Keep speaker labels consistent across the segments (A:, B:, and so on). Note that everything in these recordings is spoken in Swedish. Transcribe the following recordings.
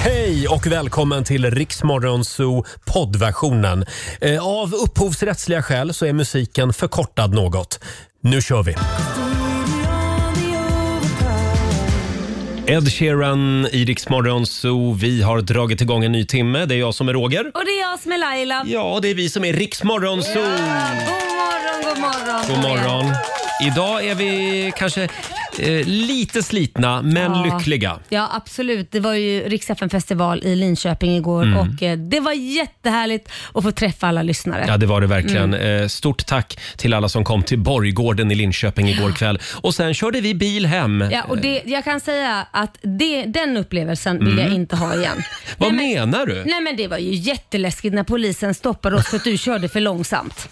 A: Hej och välkommen till Riksmorgonzoo poddversionen. Eh, Av upphovsrättsliga skäl så är musiken förkortad något. Nu kör vi! Ed Sheeran i Riksmorgonzoo. Vi har dragit igång en ny timme. Det är jag som är Roger.
B: Och det är jag som är Laila.
A: Ja, det är vi som är Riksmorgonzoo.
B: God morgon, god morgon.
A: God morgon. Idag är vi kanske eh, lite slitna, men
B: Ja.
A: lyckliga.
B: Ja, absolut. Det var ju riks festival i Linköping igår
A: Mm.
B: och eh, det var jättehärligt att få träffa alla lyssnare.
A: Ja, det var det verkligen.
B: Mm.
A: Eh, Stort tack till alla som kom till Borggården i Linköping igår kväll. Och sen körde vi bil hem.
B: Ja, och det, jag kan säga att det, den upplevelsen vill
A: Mm.
B: jag inte ha igen.
A: Vad
B: nej, men,
A: menar du?
B: nej men det var ju jätteläskigt när polisen stoppade oss för att du körde för långsamt.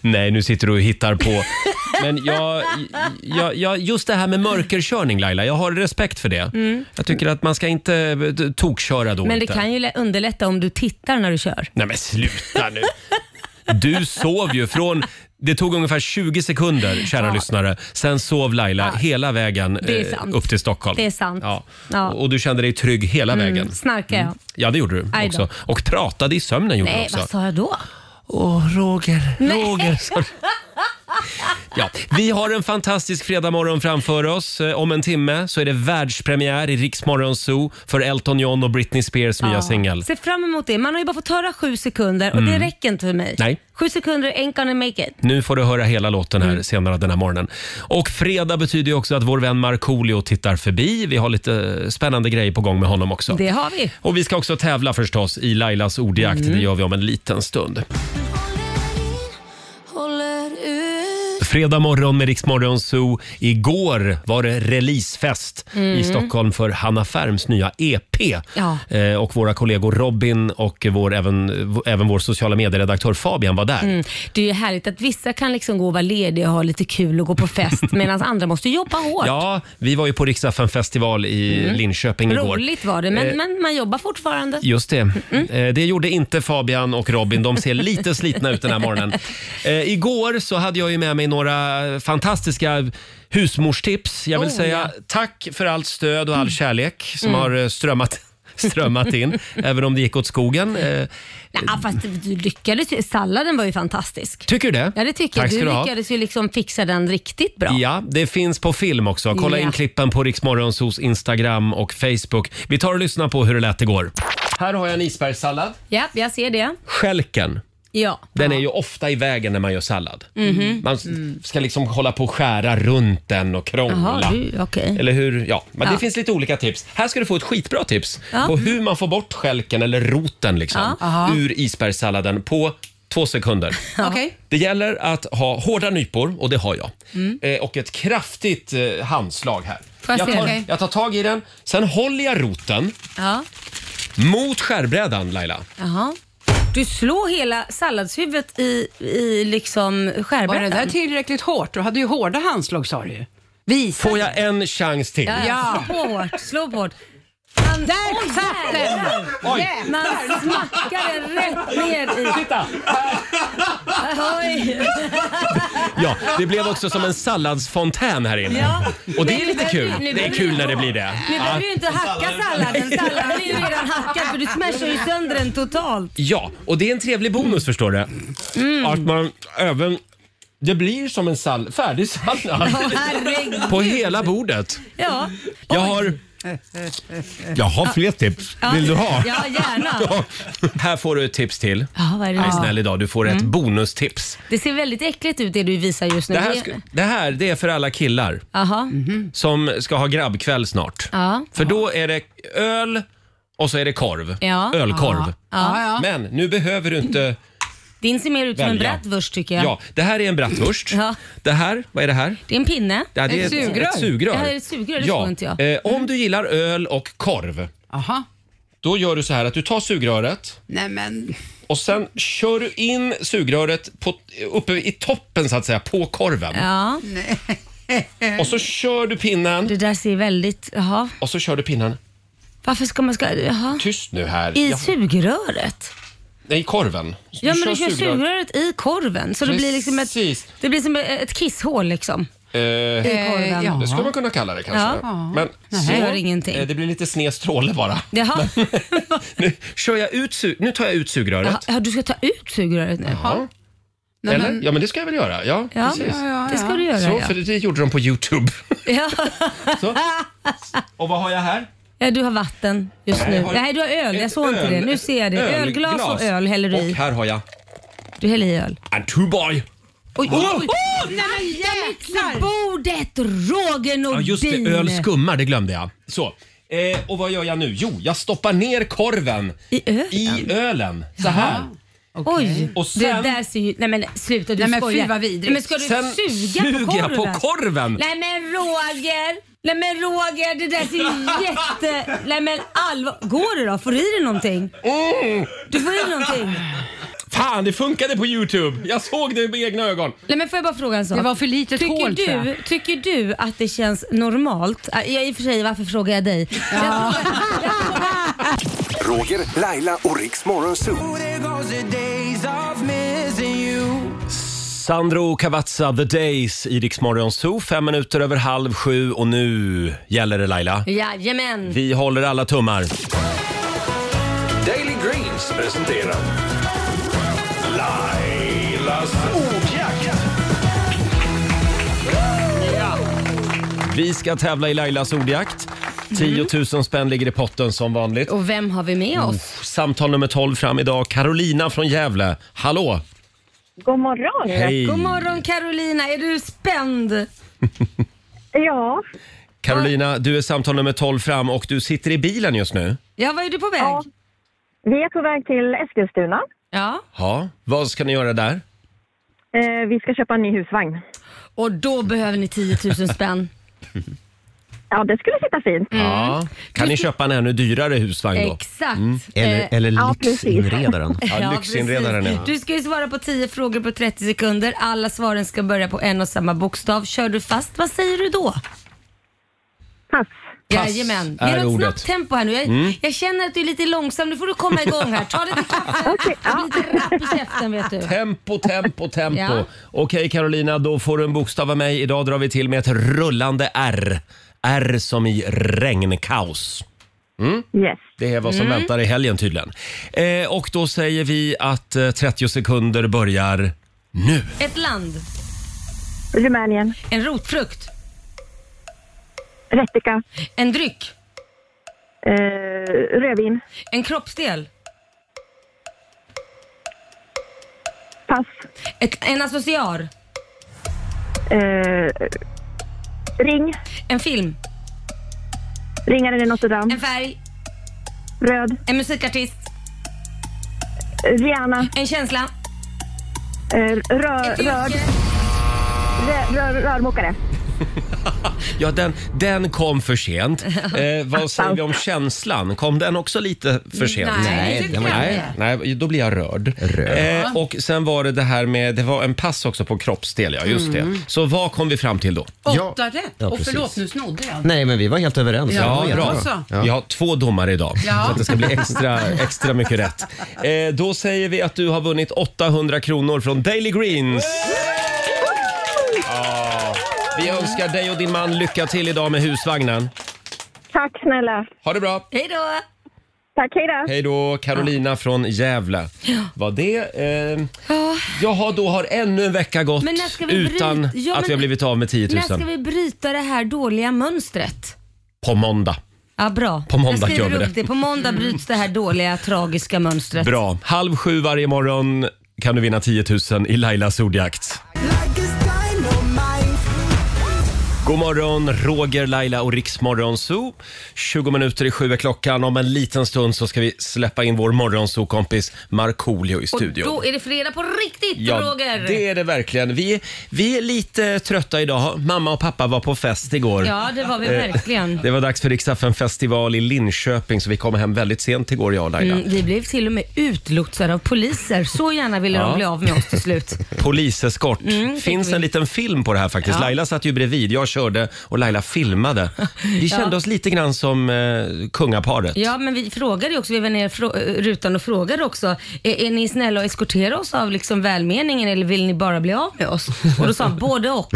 A: Nej, nu sitter du och hittar på. Men jag, jag, jag, just det här med mörkerkörning Laila, jag har respekt för det. Jag tycker att man ska inte eh, tokköra då.
B: Mm. Men det
A: inte.
B: kan ju lä- underlätta om du tittar när du kör.
A: Nej men sluta nu. Du sov ju från... Det tog ungefär 20 sekunder, kära lyssnare. Sen sov Laila hela vägen
B: Det är
A: eh,
B: sant.
A: upp till Stockholm.
B: Det är sant.
A: Ja.
B: Ja. Mm.
A: Och, och du kände dig trygg hela vägen.
B: Snarkar jag?
A: Ja, det gjorde du
B: Aj då.
A: också. Och pratade i sömnen gjorde du
B: Nej,
A: också.
B: vad sa jag då?
A: Åh, Roger, Roger. sa du. Ja, vi har en fantastisk fredagmorgon framför oss. Eh, Om en timme så är det världspremiär i Riksmorgon Zoo för Elton John och Britney Spears nya singel.
B: Se fram emot det. Man har ju bara fått höra sju sekunder och det räcker inte för mig.
A: Mm. Nej.
B: Sju sekunder ain't gonna make it.
A: Nu får du höra hela låten
B: Mm.
A: här senare den här morgonen. Och fredag betyder ju också att vår vän Markoolio tittar förbi. Vi har lite eh, spännande grejer på gång med honom också.
B: Det har vi.
A: Och vi ska också tävla förstås i Lailas ordjakt.
B: Mm.
A: Det gör vi om en liten stund. Fredag morgon med Riksmorgon Zoo. Igår var det releasefest i Stockholm för Hanna Färms nya EP.
B: Mm. Ja.
A: Eh, och våra kollegor Robin och vår, även, även vår sociala medieredaktör Fabian var där.
B: Det är ju härligt att vissa kan liksom gå och vara lediga och ha lite kul och gå på fest medan andra måste jobba hårt.
A: Ja, vi var ju på Riksdagen festival i Linköping igår.
B: Mm. Roligt var det, men, men man jobbar fortfarande.
A: Just det.
B: Mm.
A: Eh, Det gjorde inte Fabian och Robin. De ser lite slitna ut den här morgonen. Eh, igår så hade jag ju med mig några fantastiska husmorstips. Jag vill
B: Oh, Mm.
A: säga tack för allt stöd och all kärlek som har eh, strömmat strömmat in, även om det gick åt skogen. Eh,
B: Ja, fast du lyckades ju. Salladen var ju fantastisk.
A: tycker du det?
B: Ja, det tycker
A: Tack
B: jag.
A: ska
B: Du
A: ha.
B: lyckades ju liksom fixa den riktigt bra.
A: Ja, det finns på film också. Kolla
B: Ja.
A: in klippen på Riksmorgonsos Instagram och Facebook. Vi tar och lyssnar på hur det lät igår. Här har jag en isbergssallad.
B: Ja, jag ser det.
A: Skälken.
B: Ja.
A: Den
B: ja. Mhm.
A: är ju ofta i vägen när man gör sallad. Man s- ska liksom hålla på och skära runt den och krångla.
B: Jaha, du, okej.
A: Eller hur? Ja, men det
B: Ja.
A: finns lite olika tips. Här ska du få ett skitbra tips
B: Ja.
A: på hur man får bort skälken eller roten liksom,
B: Ja. Aha.
A: ur isbergssalladen på två sekunder.
C: Okej.
A: Det gäller att ha hårda nypor, och det har jag. Eh, och ett kraftigt eh, handslag här.
B: Mm. jag
A: Jag
B: se?
A: tar,
B: Okej.
A: jag tar tag i den, sen håller jag roten
B: Ja.
A: mot skärbrädan, Laila.
B: Jaha. Du slår hela salladshuvudet i, i liksom
C: Var det
B: skärbrädan.
C: där tillräckligt hårt? Du hade ju hårda handslag sa du ju. Visa.
A: Får jag en chans till?
B: Ja,
C: Ja.
B: Slå på hårt, slå på hårt.
C: Där
B: Oj,
C: satt
B: där.
C: den!
A: Oj.
B: Man smackar den rätt ner i...
A: Titta!
B: Oj.
A: Ja, det blev också som en salladsfontän här inne.
B: Ja.
A: Och det
B: Men
A: är lite
B: nu-
A: kul.
B: nu- nu-
A: Det är kul när det blir det.
B: Nu
A: Ja.
B: behöver du inte hacka salladen. Salladen är ju redan hackad för du smashar ju sönder den totalt.
A: Ja, och det är en trevlig bonus förstår du.
B: Mm.
A: Att man även... Det blir som en sall färdig sallad
B: Åh herregud.
A: på hela bordet.
B: Ja.
A: Jag har... Jag har fler tips. Vill du ha?
B: Ja, gärna.
A: Här får du ett tips till.
B: Ja, Mm. vad är det?
A: Jag är snäll idag, du får ett bonustips.
B: Det ser väldigt äckligt ut det du visar just nu.
A: Det här, Mhm. sku- det här det är för alla killar
B: Jaha.
A: som ska ha grabbkväll snart.
B: Ja.
A: För då är det öl och så är det korv.
B: Ja.
A: Ölkorv.
C: Ja, ja.
A: Men nu behöver du inte...
B: Din ser mer ut som en
A: Välja.
B: bratwurst tycker jag.
A: Ja, det här är en bratwurst.
B: Ja.
A: Det här, vad är det här?
B: Det är en pinne.
A: Ja, det
C: Ett
A: är
C: sugrör.
A: Ett sugrör.
B: Det här är ett sugrör, det
A: ja.
B: tror inte jag. Mm.
A: Eh, om du gillar öl och korv,
C: Aha.
A: då gör du så här att du tar sugröret
C: Nej men. eh,
A: och sen kör du in sugröret på, uppe i toppen så att säga, på korven.
B: Ja,
A: Och så kör du pinnen
B: det där ser väldigt... Jaha.
A: och så kör du pinnen.
B: Varför ska man... Ska, jaha.
A: Tyst nu här.
B: I
A: Ja,
B: sugröret?
A: nej, korven.
B: Ja, men du kör sugröret i korven så det blir liksom ett,
A: Precis.
B: det blir som ett kisshål. Liksom.
A: Eh,
B: I korven.
C: ja.
A: det skulle man kunna kalla det kanske.
B: Ja.
A: Men
B: Nej,
A: så,
B: gör ingenting.
A: eh, det blir lite sned stråle bara.
B: Jaha.
A: Nu, kör jag ut, su- nu tar jag ut sugröret.
B: Jaha, ja, du ska ta ut sugröret nu?
A: Ja.
C: Nej,
A: Eller?
C: men-
A: Ja, men det ska jag väl göra. Ja,
B: Ja,
A: precis.
C: ja,
B: det ska
C: ja.
B: du göra.
A: Så,
B: ja.
A: för det gjorde de på Youtube.
B: Ja.
A: Och vad har jag här?
B: Ja, du har vatten just nu.
A: har-
B: Nej, du har öl. Jag
A: Ett
B: såg inte
A: öl-
B: det. Nu ser jag det.
A: ett
B: Ölglas och öl häller du
A: Och
B: i.
A: här har jag
B: Du häller i öl.
A: en Tuborg.
B: Oj, oj, oj.
C: Nej, men jäklar!
B: Bordet, Roger
A: Ja,
B: Nordin.
A: just det. Öl skummar, det glömde jag. Så. Eh, och vad gör jag nu? Jo, jag stoppar ner korven
B: I ölen?
A: i ölen. Så här.
B: Oj,
A: Och sen-
B: det där ser ju... Nej men sluta, du
C: Nej, men fy,
B: skojar.
C: vad vidrigt.
B: Nej, men ska du
A: Sen
B: suga på
A: suger jag
B: korven?
A: på korven.
B: Nej men Roger! Nej men Roger, det där ser ju jätte... Nej men allvar... Går det då? Får du i dig någonting? Du får i dig någonting?
A: Fan, det funkade på Youtube! Jag såg det med egna ögon.
B: Nej men får jag bara fråga en sak?
C: Det var för litet
B: Tycker
C: hål tror jag.
B: du, tycker du att det känns normalt? Äh, Jag, I och för sig, varför frågar jag dig? Jag frågar- jag frågar-
D: Roger, Laila och Riks Morgonzoo.
A: Sandro Cavazza, The Days, i Rix Morgon Zoo. Fem minuter över halv sju och nu gäller det Laila.
B: Jajamän!
A: Vi håller alla tummar.
E: Daily Greens presenterar Lailas ordjakt.
A: Vi ska tävla i Lailas ordjakt. 10 000 spänn ligger i potten som vanligt.
B: Och vem har vi med oss?
A: Samtal nummer 12 fram idag. Carolina från Gävle. Hallå!
F: God morgon.
A: Hej!
B: God morgon Carolina, är du spänd?
F: Ja,
A: Carolina, du är samtal nummer 12 fram och du sitter i bilen just nu.
B: Ja, var är du på väg?
F: Ja. vi är på väg till Eskilstuna.
B: Ja.
A: Ja, vad ska ni göra
B: Mm.
A: där?
F: Eh, vi ska köpa en ny husvagn.
B: Och då behöver ni 10 000 spänn.
F: Ja, det skulle sitta fint.
A: Ja. Kan ni köpa en ännu dyrare husvagn då?
B: Exakt.
G: Eller,
B: Eh,
G: eller
F: ja,
G: lyxinredaren.
A: Ja, lyxinredaren,
B: precis.
A: ja.
B: Du ska ju svara på 10 frågor på 30 sekunder. Alla svaren ska börja på en och samma bokstav. Kör du fast, vad säger du då?
F: Pass.
A: Pass
B: Jajamän.
A: är ordet.
B: Ge något
A: Mm.
B: snabbt tempo här nu. Jag, jag känner att du är lite långsam. Nu får du komma igång här. Ta lite kaffe. Bli lite rapp i käften vet du.
A: Tempo, tempo, tempo.
B: Ja.
A: Okej Carolina, då får du en bokstav av mig. Idag drar vi till med ett rullande R. R som i regnkaos.
F: Yes.
A: Det är vad som
B: Mm.
A: väntar i helgen tydligen. Eh, och då säger vi att eh, 30 sekunder börjar nu.
B: Ett land.
F: Rumänien.
B: En rotfrukt.
F: Rättika.
B: En dryck.
F: Eh, rödvin.
B: En kroppsdel.
F: Pass.
B: Ett, en associar.
F: Eh, ring.
B: En film.
F: Ringaren i Notre Dame.
B: En färg.
F: Röd. eh,
B: En musikartist.
F: Rihanna.
B: En känsla.
F: Eh, rör,
B: Ett
F: rörd.
B: yrke.
F: Rö- Rör, rörmokare.
A: Ja, den, den kom för sent. Eh, vad säger vi om känslan? Kom den också lite för sent?
B: Nej, det
G: den var-
B: kan
A: Nej,
B: jag.
A: nej, då blir jag rörd.
G: Rörd.
A: Eh, och sen var det det här med, det var en pass också på kroppsdel, ja just
B: Mm.
A: det. Så vad kom vi fram till då?
G: Ja.
C: Åtta rätt.
G: Ja,
C: och
G: precis.
C: förlåt, nu snodde jag.
G: Nej, men vi var helt överens.
C: Ja,
G: Det var
A: Ja,
G: jättebra.
A: bra.
C: alltså.
A: Vi har två domare idag,
C: Ja.
A: så att det ska bli extra, extra mycket rätt. Eh, då säger vi att du har vunnit 800 kronor från Daily Greens. Ja. Vi önskar dig och din man lycka till idag med husvagnen.
F: Tack snälla.
A: Ha det bra!
B: Hej då!
F: Tack, hej då.
A: Hej då, Carolina från Gävle. Var det... Eh, jaha, då har ännu en vecka gått
B: Men när ska vi
A: utan
B: bryta- ja,
A: att
B: men-
A: vi har blivit av med 10
B: När
A: 000.
B: ska vi bryta det här dåliga mönstret?
A: På måndag.
B: Ja, bra.
A: På måndag
B: Jag skriver
A: gör vi
B: upp
A: det.
B: På måndag bryts det här dåliga, tragiska mönstret.
A: Bra. Halv sju varje morgon kan du vinna 10 000 i Lailas ordjakt. God morgon, Roger, Laila och Riksmorgon Zoo. 20 minuter i sju är klockan. Om en liten stund så ska vi släppa in vår morgonzoo-kompis Markoolio i
B: Och
A: studion.
B: då är det fredag på riktigt, Roger!
A: det är det verkligen. Vi, vi är lite trötta idag. Mamma och pappa var på fest igår.
B: Ja, det var vi verkligen.
A: Eh, Det var dags för Riksaffen festival i Linköping så vi kom hem väldigt sent igår jag och Laila.
B: Mm, vi blev till och med utlotsade av poliser. Så gärna ville
A: Ja.
B: de bli av med oss till slut.
A: Poliseskort.
B: Mm, fick
A: Finns
B: vi.
A: en liten film på det här faktiskt.
B: Ja.
A: Laila satt ju bredvid. Jag körde och Laila filmade. Vi
B: Ja.
A: kände oss lite grann som eh, kungaparet.
B: Ja, men vi frågade ju också, vi var ner i frå- eh, rutan och frågade också, är, är ni snälla och eskortera oss av liksom välmeningen eller vill ni bara bli av med oss? Och då sa han både och.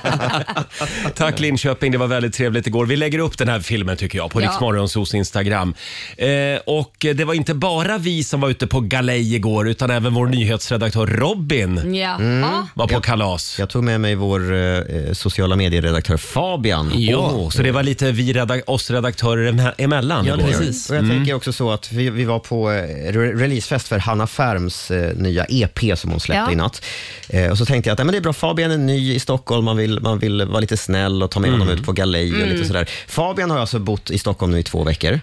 A: Tack Linköping, det var väldigt trevligt igår. Vi lägger upp den här filmen tycker jag på
B: Ja.
A: ja. Riksmorgonsos Instagram. Eh, och det var inte bara vi som var ute på galej igår utan även vår nyhetsredaktör Robin
B: Ja.
G: Mm.
B: ja.
A: var på kalas.
G: Jag tog med mig vår eh, sociala medieredaktör Fabian.
A: Åh, så det var lite vi redak- oss redaktörer em- emellan
G: Ja,
A: igår.
G: precis. Och jag tänker också så att vi, vi var på eh, re- releasefest för Hanna Färms eh, nya EP som hon släppte
B: Ja.
G: i natt. Eh, och så tänkte jag att nej, men det är bra, Fabian är ny i Stockholm, man vill, man vill vara lite snäll och ta med honom ut på galej och lite sådär. Fabian har alltså bott i Stockholm nu i två veckor.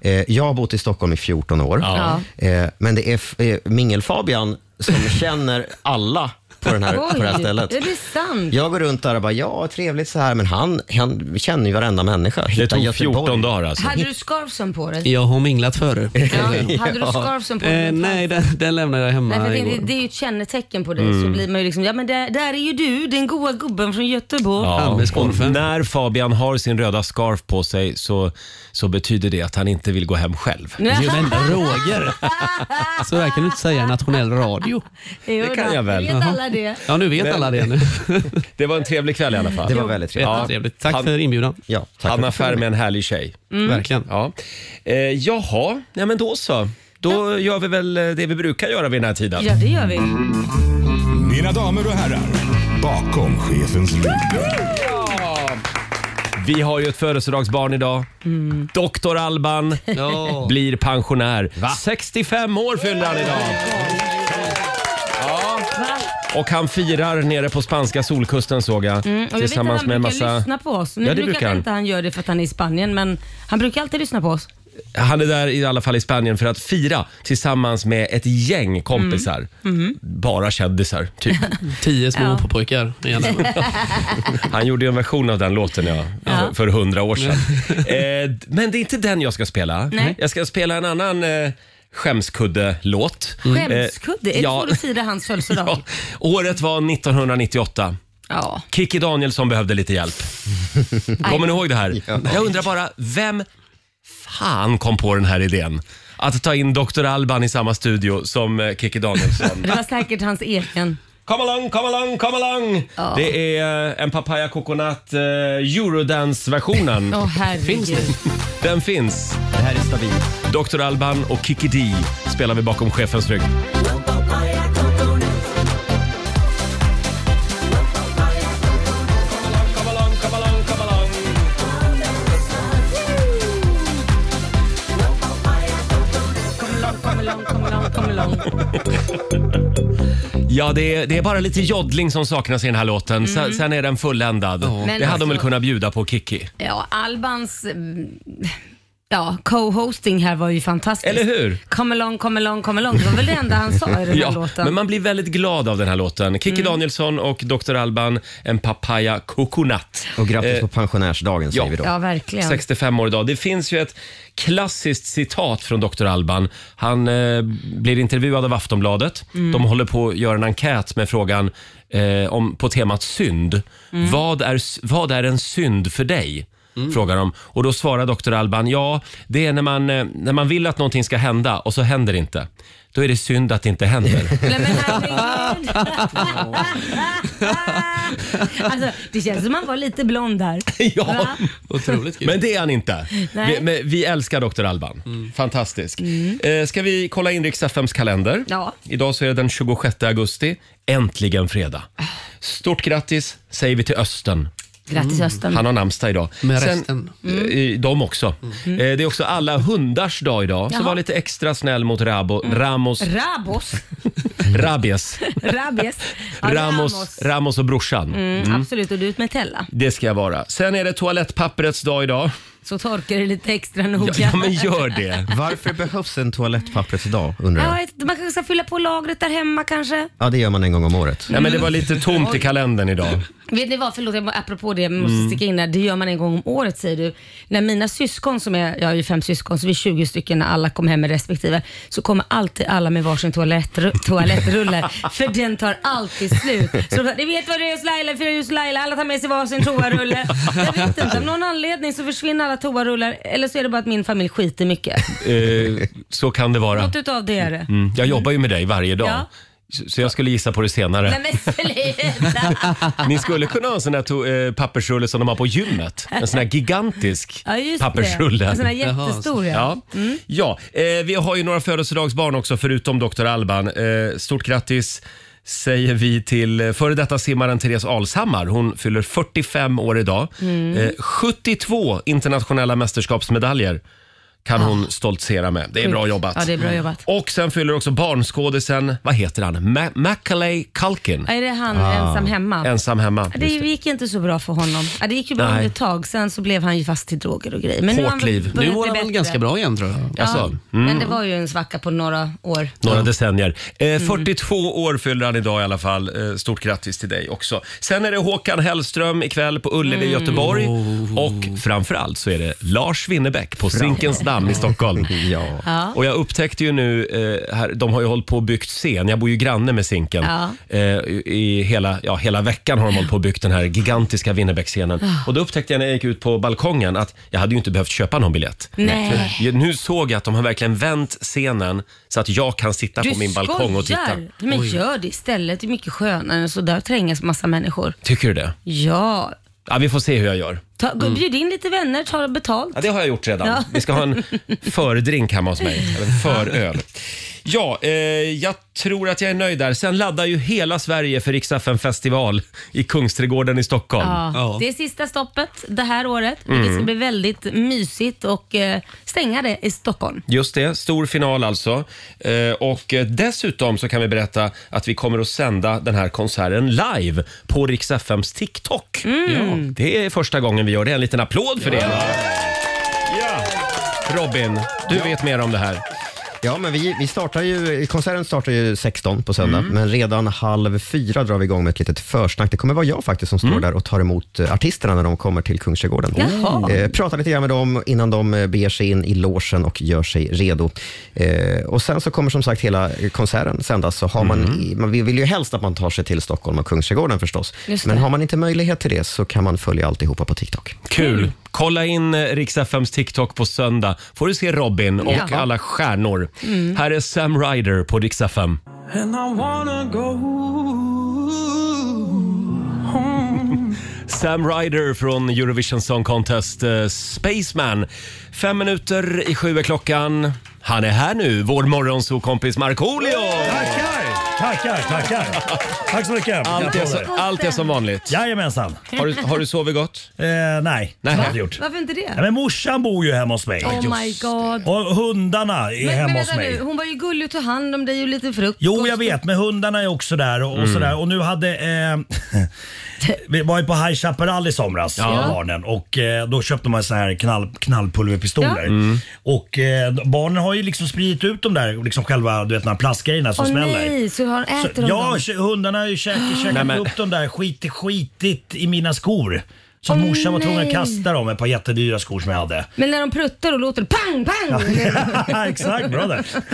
G: Eh, jag har bott i Stockholm i 14 år.
B: Ja.
G: Eh, men det är f- eh, Mingel-Fabian som känner alla på, den här, på det här
B: Oj,
G: stället.
B: är det sant?
G: Mm. Jag går runt där och bara, ja, trevligt så här, men han, han känner ju varenda människa.
A: Det
G: Hitta
A: tog
G: Göteborg.
A: 14 dagar alltså.
B: Hade du scarfsen på dig?
H: Jag har minglat före.
B: Ja. Hade du scarfsen på dig?
H: Eh, nej, den, den lämnade jag hemma
B: Nej, för jag
H: igår.
B: tänkte, det är ju ett kännetecken på dig.
A: Mm.
B: Så blir man ju liksom, ja men där, där är ju du, den goa gubben från Göteborg.
A: Ja,
H: Anders
A: och
H: Korven.
A: när Fabian har sin röda scarf på sig så, så betyder det att han inte vill gå hem själv.
H: Jo, men Roger! Så där kan du inte säga i nationell radio.
B: Jo,
A: det kan
B: då.
A: jag väl.
B: Vet alla det?
H: Ja, nu vet alla det nu.
A: Det var en trevlig kväll i alla fall.
G: Det var väldigt trevligt.
A: Ja.
H: Jättetrevligt. Tack
A: Han-
H: för inbjudan.
G: Ja, tack
A: Hanna
G: för- Mm.
A: Färm är en härlig tjej.
B: Mm.
H: Verkligen.
A: Ja. Eh, jaha, nej men då så. Då gör vi väl eh, det vi brukar göra vid den här tiden.
B: Ja, det gör vi.
A: Mm.
E: Mina damer och herrar, bakom chefens rygg.
A: Vi har ju ett födelsedagsbarn idag. Doktor Alban
H: Ja.
A: blir pensionär. 65 år fyller han idag. Ja. Och han firar nere på spanska solkusten såg jag.
B: Mm, Och jag vet att han brukar lyssna på oss. Nu
A: Ja, det
B: brukar
A: brukar han.
B: inte han göra det för att han är i Spanien, men han brukar alltid lyssna på oss.
A: Han är där i alla fall i Spanien för att fira tillsammans med ett gäng kompisar.
B: Mm.
A: Bara kändisar, typ.
H: Tio små pojkar.
A: Han gjorde ju en version av den låten ja, för- för hundra år sedan. eh, d- men det är inte den jag ska spela.
B: Nej.
A: Jag ska spela en annan eh, skämskudde-låt.
B: Mm.
A: Eh,
B: Skämskudde, är det
A: Mm, ja.
B: så du firar hans födelsedag?
A: Ja,
B: Ja.
A: året var 1998.
B: ja.
A: Kikki Danielsson behövde lite hjälp. Kommer ni ihåg det här? Jag undrar bara, vem fan kom på den här idén? Att ta in Dr. Alban i samma studio som eh, Kikki Danielsson.
B: Det var säkert hans egen.
A: Come along, come along, come along! Det är eh, en Papaya Coconut eh, Eurodance-versionen.
B: Åh herregud.
A: Den finns.
G: Det här är stabilt.
A: Dr. Alban och Kiki D spelar vi bakom chefens rygg. Ja, det är, det är bara lite joddling som saknas i den här låten. Sen, sen är den fulländad. det
B: Mm.
A: hade
B: Men
A: de väl
B: alltså-
A: kunnat bjuda på Kiki.
B: Ja, Albans mm, ja, co-hosting här var ju fantastisk.
A: Eller hur?
B: Come along, come along, come along. Det var väl det enda han sa i den här
A: Ja,
B: låten. Mm.
A: men man blir väldigt glad av den här låten. Kiki Danielsson och Dr. Alban, en papaya coconut.
G: Och grattis
A: Eh,
G: på pensionärsdagen säger
A: ja.
G: vi då.
B: Ja, verkligen.
A: 65 år idag. Det finns ju ett klassiskt citat från Dr. Alban. Han eh, blir intervjuad av Aftonbladet. De håller på att göra en enkät med frågan eh, om, på temat synd. Vad, är, s- vad är en synd för dig? Frågar de. Och då svarar Dr. Alban, ja, det är när man, eh, när man vill att någonting ska hända och så händer det inte. Då är det synd att det inte händer.
B: Nej, men herregud. alltså, det känns som man var lite blond här.
A: ja.
H: Otroligt kul.
A: Men det är han inte.
B: Nej. Mm.
A: Vi, men vi älskar Dr. Alban.
H: Mm.
A: Fantastisk. Eh, ska vi kolla in riks FMs kalender?
B: Ja.
A: Idag så är det den 26 augusti. Äntligen fredag. Stort grattis säger vi till Östen.
B: Grattis Östen.
A: Mm. Han har namnsdag idag.
H: Med resten.
B: Mm.
A: eh, De också. Eh, Det är också alla hundars dag idag. Så
B: Jaha. Mm.
A: var lite extra snäll mot Rabo, Ramos,
B: Rabos.
A: Rabies,
B: Rabies. Ja,
A: Ramos, Ramos och brorsan.
B: Mm, Absolut, och du ut med Tella.
A: Det ska jag vara. Sen är det toalettpapperets dag idag.
B: Så torkar du lite extra noga.
A: Ja, ja men gör det.
G: Varför behövs en toalettpappret idag undrar
B: Ja,
G: jag?
B: ett- man kanske ska fylla på lagret där hemma kanske.
G: Ja, det gör man en gång om året.
A: Ja, men det var lite tomt i kalendern idag.
B: Vet ni vad, förlåt jag må- apropå det, jag måste sticka in där. Det gör man en gång om året säger du. När mina syskon, som är, jag har ju fem syskon, så vi är 20 stycken när alla kom hem med respektive, så kommer alltid alla med varsin toalett, toalett cigarettrullar. För den tar alltid slut. Så de bara, ni vet vad det är hos Laila, för det är hos Laila. Alla tar med sig varsin toarulle. Jag vet inte, av någon anledning så försvinner alla toarullar. Eller så är det bara att min familj skiter mycket.
A: Eh, så kan det vara.
B: Något utav det är det.
A: Mm. Jag jobbar ju med dig varje dag.
B: Ja.
A: Så- Så jag skulle gissa på det senare.
B: Nej men sluta!
A: Ni skulle kunna ha en sån här to- eh, pappersrulle som de har på gymmet. En sån här gigantisk
B: Ja just
A: pappersrulle.
B: det. En sån här jättestor ja.
A: Ja, ja. Eh, vi har ju några födelsedagsbarn också förutom Dr. Alban. Eh, stort grattis säger vi till eh, före detta simmaren Therese Alshammar. Hon fyller 45 år idag.
B: Mm.
A: Eh, 72 internationella mästerskapsmedaljer kan hon stoltsera med. Det är bra
B: Ah. Sjukt.
A: jobbat. Mm.
B: Ja, det är bra jobbat.
A: Och sen fyller också barnskådisen, vad heter han? Ma- Macaulay Culkin.
B: Är det han ensam hemma?
A: Ensam hemma.
B: Ja, Det gick inte så bra för honom. Ja, Det gick ju bra
A: Nej.
B: under ett tag, sen så blev han ju fast i droger och grejer. Men
A: Hårt
B: har han väl
A: liv.
B: börjat
H: Nu mår
B: bli
H: han väl
B: bättre.
H: ganska bra igen tror jag.
B: Ja,
A: Alltså,
B: Men det var ju en svacka på några år.
A: Några decennier. Eh, 42 år fyller han idag i alla fall. Eh, stort grattis till dig också. Sen är det Håkan Hellström ikväll på Ullevi i Göteborg. Och framförallt så är det Lars Winnerbäck på Zinkensdamm i Stockholm.
G: Ja.
A: Och jag upptäckte ju nu, eh, här, de har ju hållit på och byggt scen. Jag bor ju granne med Zinken.
B: Ja.
A: Eh, i- I hela, ja, hela veckan har de hållit på och byggt den här gigantiska Winnerbäck-scenen. Och då upptäckte jag när jag gick ut på balkongen att jag hade ju inte behövt köpa någon biljett.
B: Nej.
A: För Nu såg jag att de har verkligen vänt scenen så att jag kan sitta på min balkong och titta.
B: skojar. Men gör det istället. Det är mycket skönare än så där trängas massa människor.
A: Tycker du det?
B: Ja,
A: Ja, vi får se hur jag gör.
B: Ta, gå-
A: Mm.
B: Bjud in lite vänner, ta betalt.
A: Ja, det har jag gjort redan.
B: Ja.
A: Vi ska ha en fördrink hemma hos mig. Eller en föröl. Ja, eh, jag tror att jag är nöjd där. Sen laddar ju hela Sverige för riks festival i Kungsträdgården i Stockholm.
B: Ja. Det är sista stoppet det här året.
A: Mm.
B: Det ska bli väldigt mysigt och eh, stänga det i Stockholm.
A: Just det, stor final alltså. Eh, och eh, dessutom så kan vi berätta att vi kommer att sända den här konserten live på Rix FMs TikTok. Ja, det är första gången vi gör det. En liten applåd för det. Ja. Robin, du vet mer om det här.
G: Ja, men vi, vi startar ju, konserten startar ju 16 på söndag,
B: Mm.
G: men redan halv fyra drar vi igång med ett litet försnack. Det kommer vara jag faktiskt som står
B: Mm.
G: där och tar emot eh, artisterna när de kommer till Kungsträdgården.
B: Jaha.
G: Eh, pratar lite grann med dem innan de eh, beger sig in i logen och gör sig redo. Eh, och Sen så kommer som sagt hela eh, konserten sändas. Så har
B: Mm.
G: man, i- man vi vill ju helst att man tar sig till Stockholm och Kungsträdgården förstås.
B: Just
G: Men
B: det.
G: har man inte möjlighet till det så kan man följa alltihopa på TikTok.
A: Kul! Kolla in eh, riks FMs TikTok på söndag. får du se Robin och
B: Ja.
A: alla stjärnor. Här är Sam Ryder på riks FM. Sam Ryder från Eurovision Song Contest, eh, Spaceman. Fem minuter i sju är klockan. Han är här nu, vår morgonsokompis Markoolio!
I: Tackar! Tackar, tackar. Tack så mycket.
A: Allt är, så, allt är som vanligt.
I: Jajamensan.
A: Har du, har du sovit gott?
I: Eh, nej, det har jag inte gjort.
B: Varför inte det?
I: Nej, men morsan bor ju hemma hos mig.
B: oh my god.
I: Och hundarna är
B: Men,
I: hemma
B: men
I: hos
B: vänta
I: mig.
B: nu, hon var ju gullig och tog hand om dig och lite frukost.
I: Jo, jag vet, men hundarna är också där och, och
B: Mm.
I: sådär. Och nu hade... Eh, vi var ju på High Chaparral i somras, barnen. Och eh, då köpte man så här knall, knallpulverpistoler.
B: Mm.
I: Och eh, barnen har ju liksom spridit ut de där, liksom själva du vet, de här plastgrejerna som
B: Åh
I: smäller.
B: nej, så har, äter
I: Så,
B: de
I: ja,
B: dem? Ah.
I: kä- hundarna har ju käk, käkat
A: Nej, men-
I: upp de där skit, skitigt i mina skor. Så morsan var tvungen att
B: nej.
I: kasta dem, ett par jättedyra skor som jag hade.
B: Men när de pruttar och låter det pang, pang!
I: Exakt, bra där.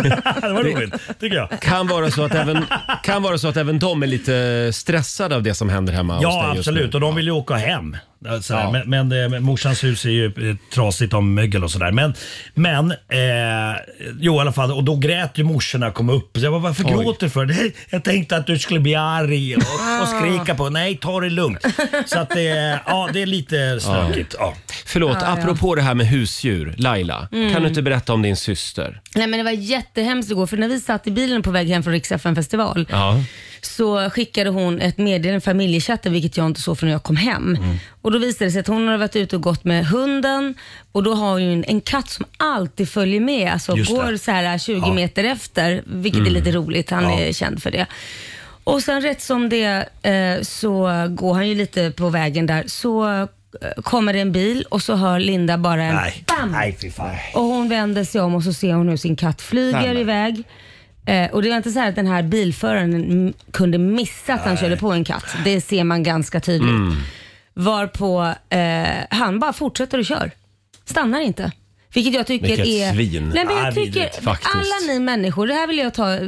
I: det var roligt, tycker jag.
A: Kan vara, så att även, kan vara så att även de är lite stressade av det som händer hemma hos dig
I: Ja,
A: just
I: absolut.
A: nu.
I: Och de vill ju åka hem. Så här.
A: Ja.
I: Men, men, eh, men morsans hus är ju eh, trasigt om mögel och sådär. Men, men eh, jo i alla fall. Och då grät ju morsan när jag kom upp. Så jag bara, varför
A: Oj.
I: gråter du för? Nej, Jag tänkte att du skulle bli arg
B: Ah.
I: och, och skrika på Nej, ta det lugnt. Så att det, ja, det är lite stökigt. Ja.
A: Förlåt, apropå det här med husdjur. Laila,
B: Mm.
A: kan du inte berätta om din syster?
B: Nej men det var jättehemskt igår för när vi satt i bilen på väg hem från Rix FM festival
A: Ja.
B: så skickade hon ett meddelande i familjechatten vilket jag inte såg förrän jag kom hem.
I: Mm.
B: Och då visade det sig att hon hade varit ute och gått med hunden och då har hon ju en, en katt som alltid följer med, alltså
I: Just det. Mm.
B: går så här 20 meter efter, vilket är lite roligt, han är känd för det. Och sen rätt som det eh, så går han ju lite på vägen där, så eh, kommer det en bil och så hör Linda bara en
I: Nej.
B: BAM!
I: Nej, fy fan.
B: Och hon vänder sig om och så ser hon hur sin katt flyger iväg. Eh, och det var inte så här att den här bilföraren m- kunde missa att han körde på en katt. Det ser man ganska tydligt.
A: Mm.
B: Varpå eh, han bara fortsätter och kör. Stannar inte. Vilket jag tycker
A: Vilket
B: är...
A: svin.
B: Nej, men
I: Ah,
B: jag tycker
I: vidrigt,
A: faktiskt.
B: alla ni människor, det här vill jag ta eh,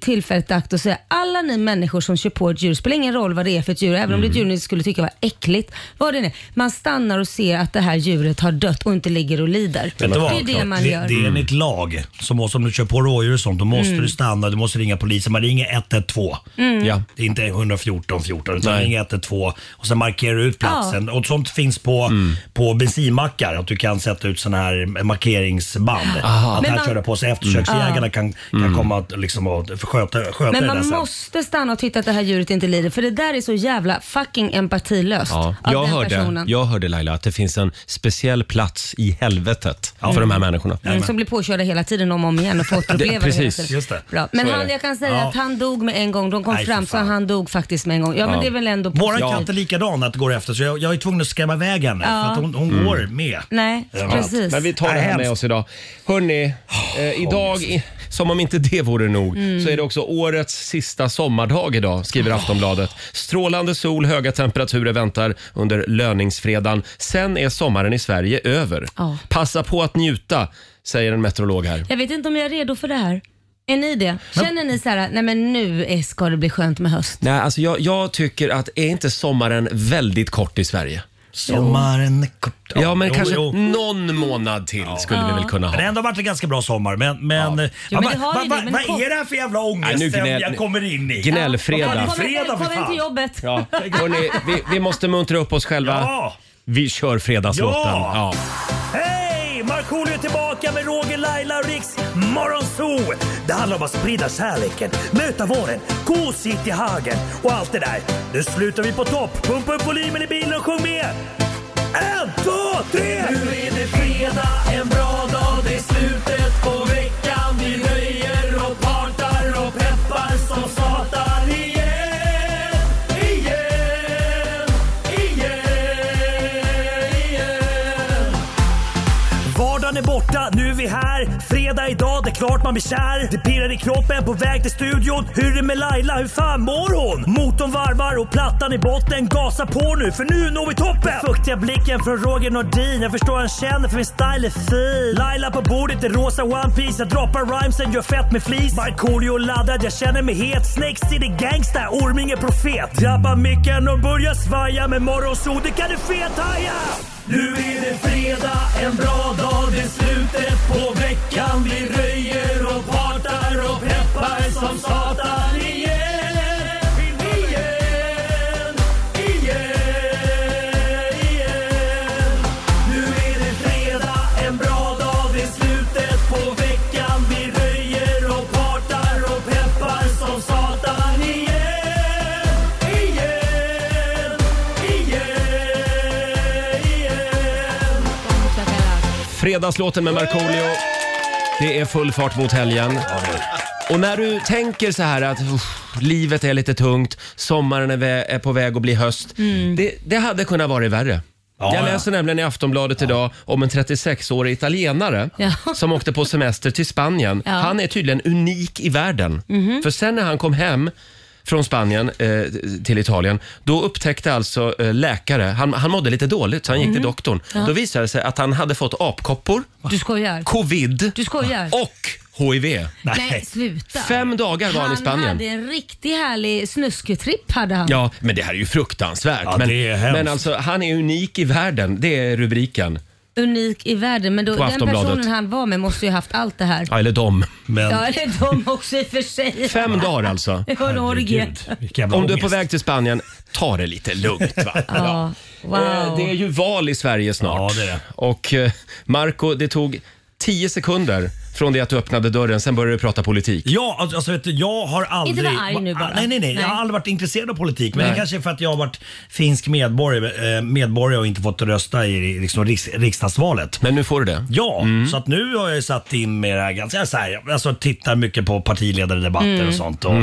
B: tillfället i akt och säga. Alla ni människor som kör på ett djur, spelar ingen roll vad det är för ett djur, även om det är ett djur
I: Mm.
B: ni skulle tycka var äckligt, vad det än är. Man stannar och ser att det här djuret har dött och inte ligger och lider. Det
I: Vet du vad?
B: är det man
I: det,
B: gör. Mm.
I: det är enligt lag, som om du kör på rådjur och sånt, då måste du stanna, du måste ringa polisen. Man ringer 112.
A: Ja.
I: Det är inte 114 14 utan
A: Nej.
I: Nej. ringer 112 och sen markerar du ut platsen. Och sånt finns på,
A: Mm.
I: på bensinmackar, att du kan sätta ut såna här eh, markeringsband. Att
B: Men
I: här
B: man- Mm.
I: kör det på sig eftersöksjägarna kan, kan
A: Mm.
I: komma att, liksom, och sköta,
B: Men
I: sköta det där
B: man
I: sen.
B: måste stanna och titta att det här djuret inte lider för det där är så jävla fucking empatilöst
A: Ja,
B: av
A: jag,
B: den
A: hörde,
B: personen.
A: jag hörde Laila att det finns en speciell plats i helvetet för de här människorna.
B: Mm, som blir påkörda hela tiden om och om igen och får återuppleva
A: Det-
B: det,
A: precis,
B: hela tiden.
I: just det.
B: Bra. Men
A: Så är
B: han,
A: det.
B: jag kan säga
I: Ja.
B: att han dog med en gång. De kom
I: Nej, för
B: fram så
I: fan.
B: han dog faktiskt med en gång. Ja, men det är väl ändå
I: Våran
A: Ja.
I: katt är likadan, att går efter. Så jag, jag är tvungen att skrämma iväg henne för att hon, hon
A: Mm.
I: går med.
B: Nej,
I: Ja.
B: precis.
A: Men vi tar det här med oss idag. Hörni, eh, idag, i- som om inte det vore nog,
B: Mm.
A: så är det också årets sista sommardag idag, skriver Aftonbladet. Strålande sol, höga temperaturer väntar under löningsfredagen. Sen är sommaren i Sverige över.
B: Ja.
A: Passa på att njuta, säger en meteorolog här.
B: Jag vet inte om jag är redo för det här. Är ni det? Känner ni så här, nej men nu är- ska det bli skönt med höst?
A: Nej, alltså jag, jag tycker att är inte sommaren väldigt kort i Sverige?
I: Sommaren är kort.
A: Ja, men
I: jo,
A: kanske Mm.
I: jo.
A: någon månad till skulle vi väl kunna
I: Men det har
A: ha.
I: ändå varit en ganska bra sommar. Men, men, eh,
B: Jo, men
I: vad-
B: det har
I: vad-
B: ju det,
I: vad-
B: men
I: vad
B: det-
I: är det här för jävla
A: Nej, nu
I: ångest
A: gnäll-
I: jag kommer in i?
A: Gnällfredag.
I: Fredag. Fredag,
B: Kom
I: för fan.
B: inte till jobbet.
A: Ja. Hörrni, vi, vi måste muntra upp oss själva.
I: Ja!
A: Vi kör fredagslåten.
I: Ja! Hej! Markoolio är tillbaka med Roger, Laila och Riks Morgonzoo! Det handlar om att sprida kärleken, möta våren, gosigt i hagen och allt det där. Nu slutar vi på topp! Pumpa upp volymen i bilen och sjung med! En, två, tre! Nu är det fredag, en bra dag, det är slutet på veckan. Vi nöjer och partar och peppar som satan igen, igen, igen, igen. Vardagen är borta, nu är vi här. Fredag idag, det är klart man blir kär. Det pirrar i kroppen på väg till studion. Hur är det med Laila, hur fan mår hon? Motorn varvar och plattan i botten. Gasa på nu, för nu når vi toppen! Den fuktiga blicken från Roger Nordin. Jag förstår han känner, för min style är fin. Laila på bordet i rosa One Piece Jag droppar rhymesen, gör fett med flis. Markoolio laddad, jag känner mig het. Snakes city gangsta, Orminge profet. Drabbar micken och börjar svaja. Med morgonsol, det kan du fethaja! Nu är det fredag, en bra dag, det är slutet på veckan. Vi röjer och partar och peppar som satan igen. Igen, igen, igen. Nu är det fredag, en bra dag, det är slutet på veckan. Vi röjer och partar och peppar som satan igen. Igen, igen, igen.
A: Fredagslåten med Markoolio. Det är full fart mot helgen. Och när du tänker så här att uff, livet är lite tungt, sommaren är, vä- är på väg att bli höst. Det, det hade kunnat vara värre. Jag läser nämligen i Aftonbladet idag om en 36-årig italienare
B: Ja.
A: som åkte på semester till Spanien.
B: Ja. Mhm.
A: Han är tydligen unik i världen. För sen när han kom hem från Spanien eh, till Italien, då upptäckte alltså eh, läkare, han, han mådde lite dåligt så han
B: Mhm.
A: gick till doktorn. Då visade det sig att han hade fått apkoppor,
B: Du skojar?
A: covid
B: Du skojar?
A: och HIV.
B: Nej, sluta.
A: Fem dagar var han i Spanien.
B: hade en riktigt härlig snusketripp hade han.
A: Ja, men det här är ju fruktansvärt.
I: Ja,
A: men,
I: det är hemskt.
A: men alltså, han är unik i världen. Det är rubriken.
B: Unik i världen, men då,
A: På
B: den
A: Aftonbladet.
B: personen han var med måste ju haft allt det här.
A: Ja, eller dem.
I: Men
B: Ja, det är de också i och för sig.
A: Fem dagar alltså.
B: Det var en orgie.
A: Om du är på väg till Spanien, ta det lite lugnt va.
B: Ja,
A: Eh,
B: wow.
A: Det är ju val i Sverige snart.
I: Ja, det är det.
A: Och eh, Marco, det tog tio sekunder från det att du öppnade dörren, sen började du prata politik.
I: Ja, alltså alltså, vet du, jag har aldrig...
B: vara arg nu bara.
I: Nej, nej, nej.
B: Nej.
I: Jag har aldrig varit intresserad av politik. Men
A: Nej.
I: det kanske är för att jag har varit finsk medborgare, eh, medborgare och inte fått rösta i liksom, riks, riksdagsvalet.
A: Men nu får du det.
I: Ja,
B: Mm.
I: så att nu har jag ju satt in mig i det här ganska så här,
B: Mm.
I: jag alltså tittar mycket på partiledardebatter och sånt. Och,